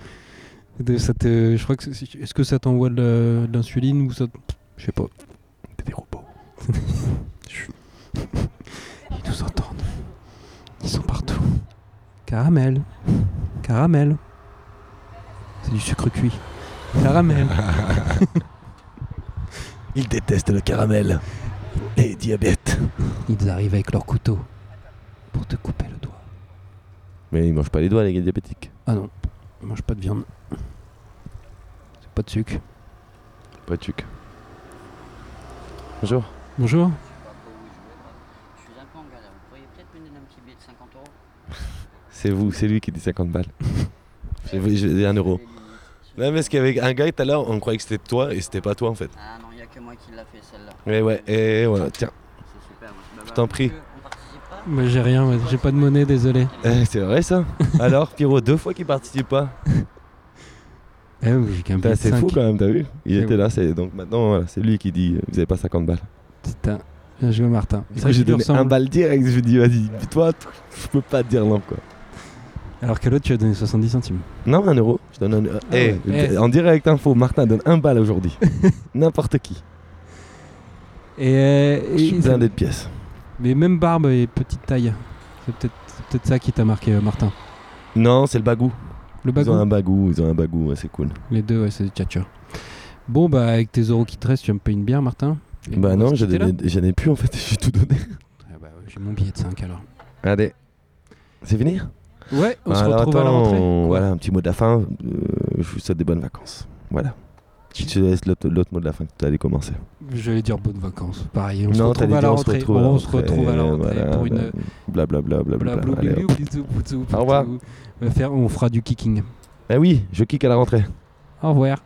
Speaker 1: De- ça te- je crois que c'est- c'est- est-ce que ça t'envoie de la- de l'insuline ou ça te- je sais pas.
Speaker 2: C'est des robots.
Speaker 1: Ils nous entendent. Ils sont partout. Caramel. Caramel. C'est du sucre cuit. Caramel.
Speaker 2: Ils détestent le caramel. Et diabète.
Speaker 1: Ils arrivent avec leur couteau pour te couper le doigt.
Speaker 2: Mais ils mangent pas les doigts, les gars diabétiques.
Speaker 1: Ah non, ils mangent pas de viande. C'est pas de sucre.
Speaker 2: Pas de sucre. Bonjour.
Speaker 1: Bonjour.
Speaker 5: Je suis un peu en galère. Vous pourriez peut-être me donner un petit billet de 50 euros
Speaker 2: C'est vous, c'est lui qui dit 50 balles. J'ai j'ai un euro. Non, mais ce qu'avec un gars tout à l'heure, on croyait que c'était toi et c'était pas toi en fait.
Speaker 5: Ah non, il n'y a que moi qui l'a fait celle-là.
Speaker 2: Ouais, Eh ouais, et voilà, tiens.
Speaker 5: C'est super. Bah,
Speaker 2: Je t'en prie.
Speaker 5: On participe pas
Speaker 1: Bah, j'ai rien, ouais. j'ai pas de monnaie, désolé.
Speaker 2: Eh, c'est vrai <laughs> ça Alors, Pierrot, deux fois qu'il participe pas.
Speaker 1: Eh oui, j'ai quand même
Speaker 2: Putain,
Speaker 1: plus de
Speaker 2: C'est
Speaker 1: cinq. Eh
Speaker 2: fou quand même, t'as vu Il
Speaker 1: C'est
Speaker 2: était
Speaker 1: bon.
Speaker 2: là, c'est donc maintenant, voilà, c'est lui qui dit euh, Vous avez pas 50 balles.
Speaker 1: Putain, bien joué Martin.
Speaker 2: Du
Speaker 1: Ça, je
Speaker 2: coup, j'ai
Speaker 1: lui
Speaker 2: donné
Speaker 1: ressemble.
Speaker 2: un balle direct, je lui ai dit Vas-y, dis-toi, t- je peux pas te dire non quoi.
Speaker 1: Alors que l'autre, tu as donné 70 centimes.
Speaker 2: Non, un euro. Je donne un euro.
Speaker 1: Ah
Speaker 2: Eh,
Speaker 1: ouais.
Speaker 2: d- En direct info, Martin donne un balle
Speaker 1: <laughs>
Speaker 2: aujourd'hui. N'importe qui.
Speaker 1: Et, euh,
Speaker 2: Je suis
Speaker 1: et-
Speaker 2: blindé de pièces.
Speaker 1: mais même barbe et petite taille. C'est peut-être c'est peut-être ça qui t'a marqué, euh, Martin.
Speaker 2: Non, c'est le bagou.
Speaker 1: Le
Speaker 2: Ils
Speaker 1: bagou.
Speaker 2: ont un bagou, ils ont un bagou, ouais, c'est cool.
Speaker 1: Les deux, ouais, c'est des tchatcheurs. Bon, bah, avec tes euros qui te restent, tu vas me payer une bière, Martin. Et
Speaker 2: Bah
Speaker 1: vous,
Speaker 2: non,
Speaker 1: vous
Speaker 2: j'en
Speaker 1: quittez là
Speaker 2: ai, j'en ai plus en fait, <laughs> j'ai tout donné.
Speaker 1: Ah bah, J'ai mon billet de 5 alors.
Speaker 2: Allez. C'est fini
Speaker 1: Ouais, on se
Speaker 2: Bah, Alors,
Speaker 1: retrouve à la
Speaker 2: attends,
Speaker 1: rentrée.
Speaker 2: on-
Speaker 1: Quoi
Speaker 2: Voilà, un petit mot de la fin. euh, je vous souhaite des bonnes vacances. Voilà. Je te laisse l'autre l'autre mot de la fin que tu allais commencer.
Speaker 1: J'allais dire bonnes vacances. Pareil, on se
Speaker 2: Non,
Speaker 1: retrouve
Speaker 2: t'allais
Speaker 1: à la
Speaker 2: dire, on se
Speaker 1: rentrée.
Speaker 2: retrouve à la
Speaker 1: On se retrouve à la
Speaker 2: rentrée,
Speaker 1: rentrée
Speaker 2: voilà, bah,
Speaker 1: pour une.
Speaker 2: Blablabla. Bla,
Speaker 1: Blablou,
Speaker 2: bah, Allez,
Speaker 1: bilou,
Speaker 2: hop.
Speaker 1: bisou, poutou, poutou.
Speaker 2: revoir.
Speaker 1: On va faire- on fera du kicking.
Speaker 2: Ah oui, je Eh kick à la rentrée.
Speaker 1: Au revoir.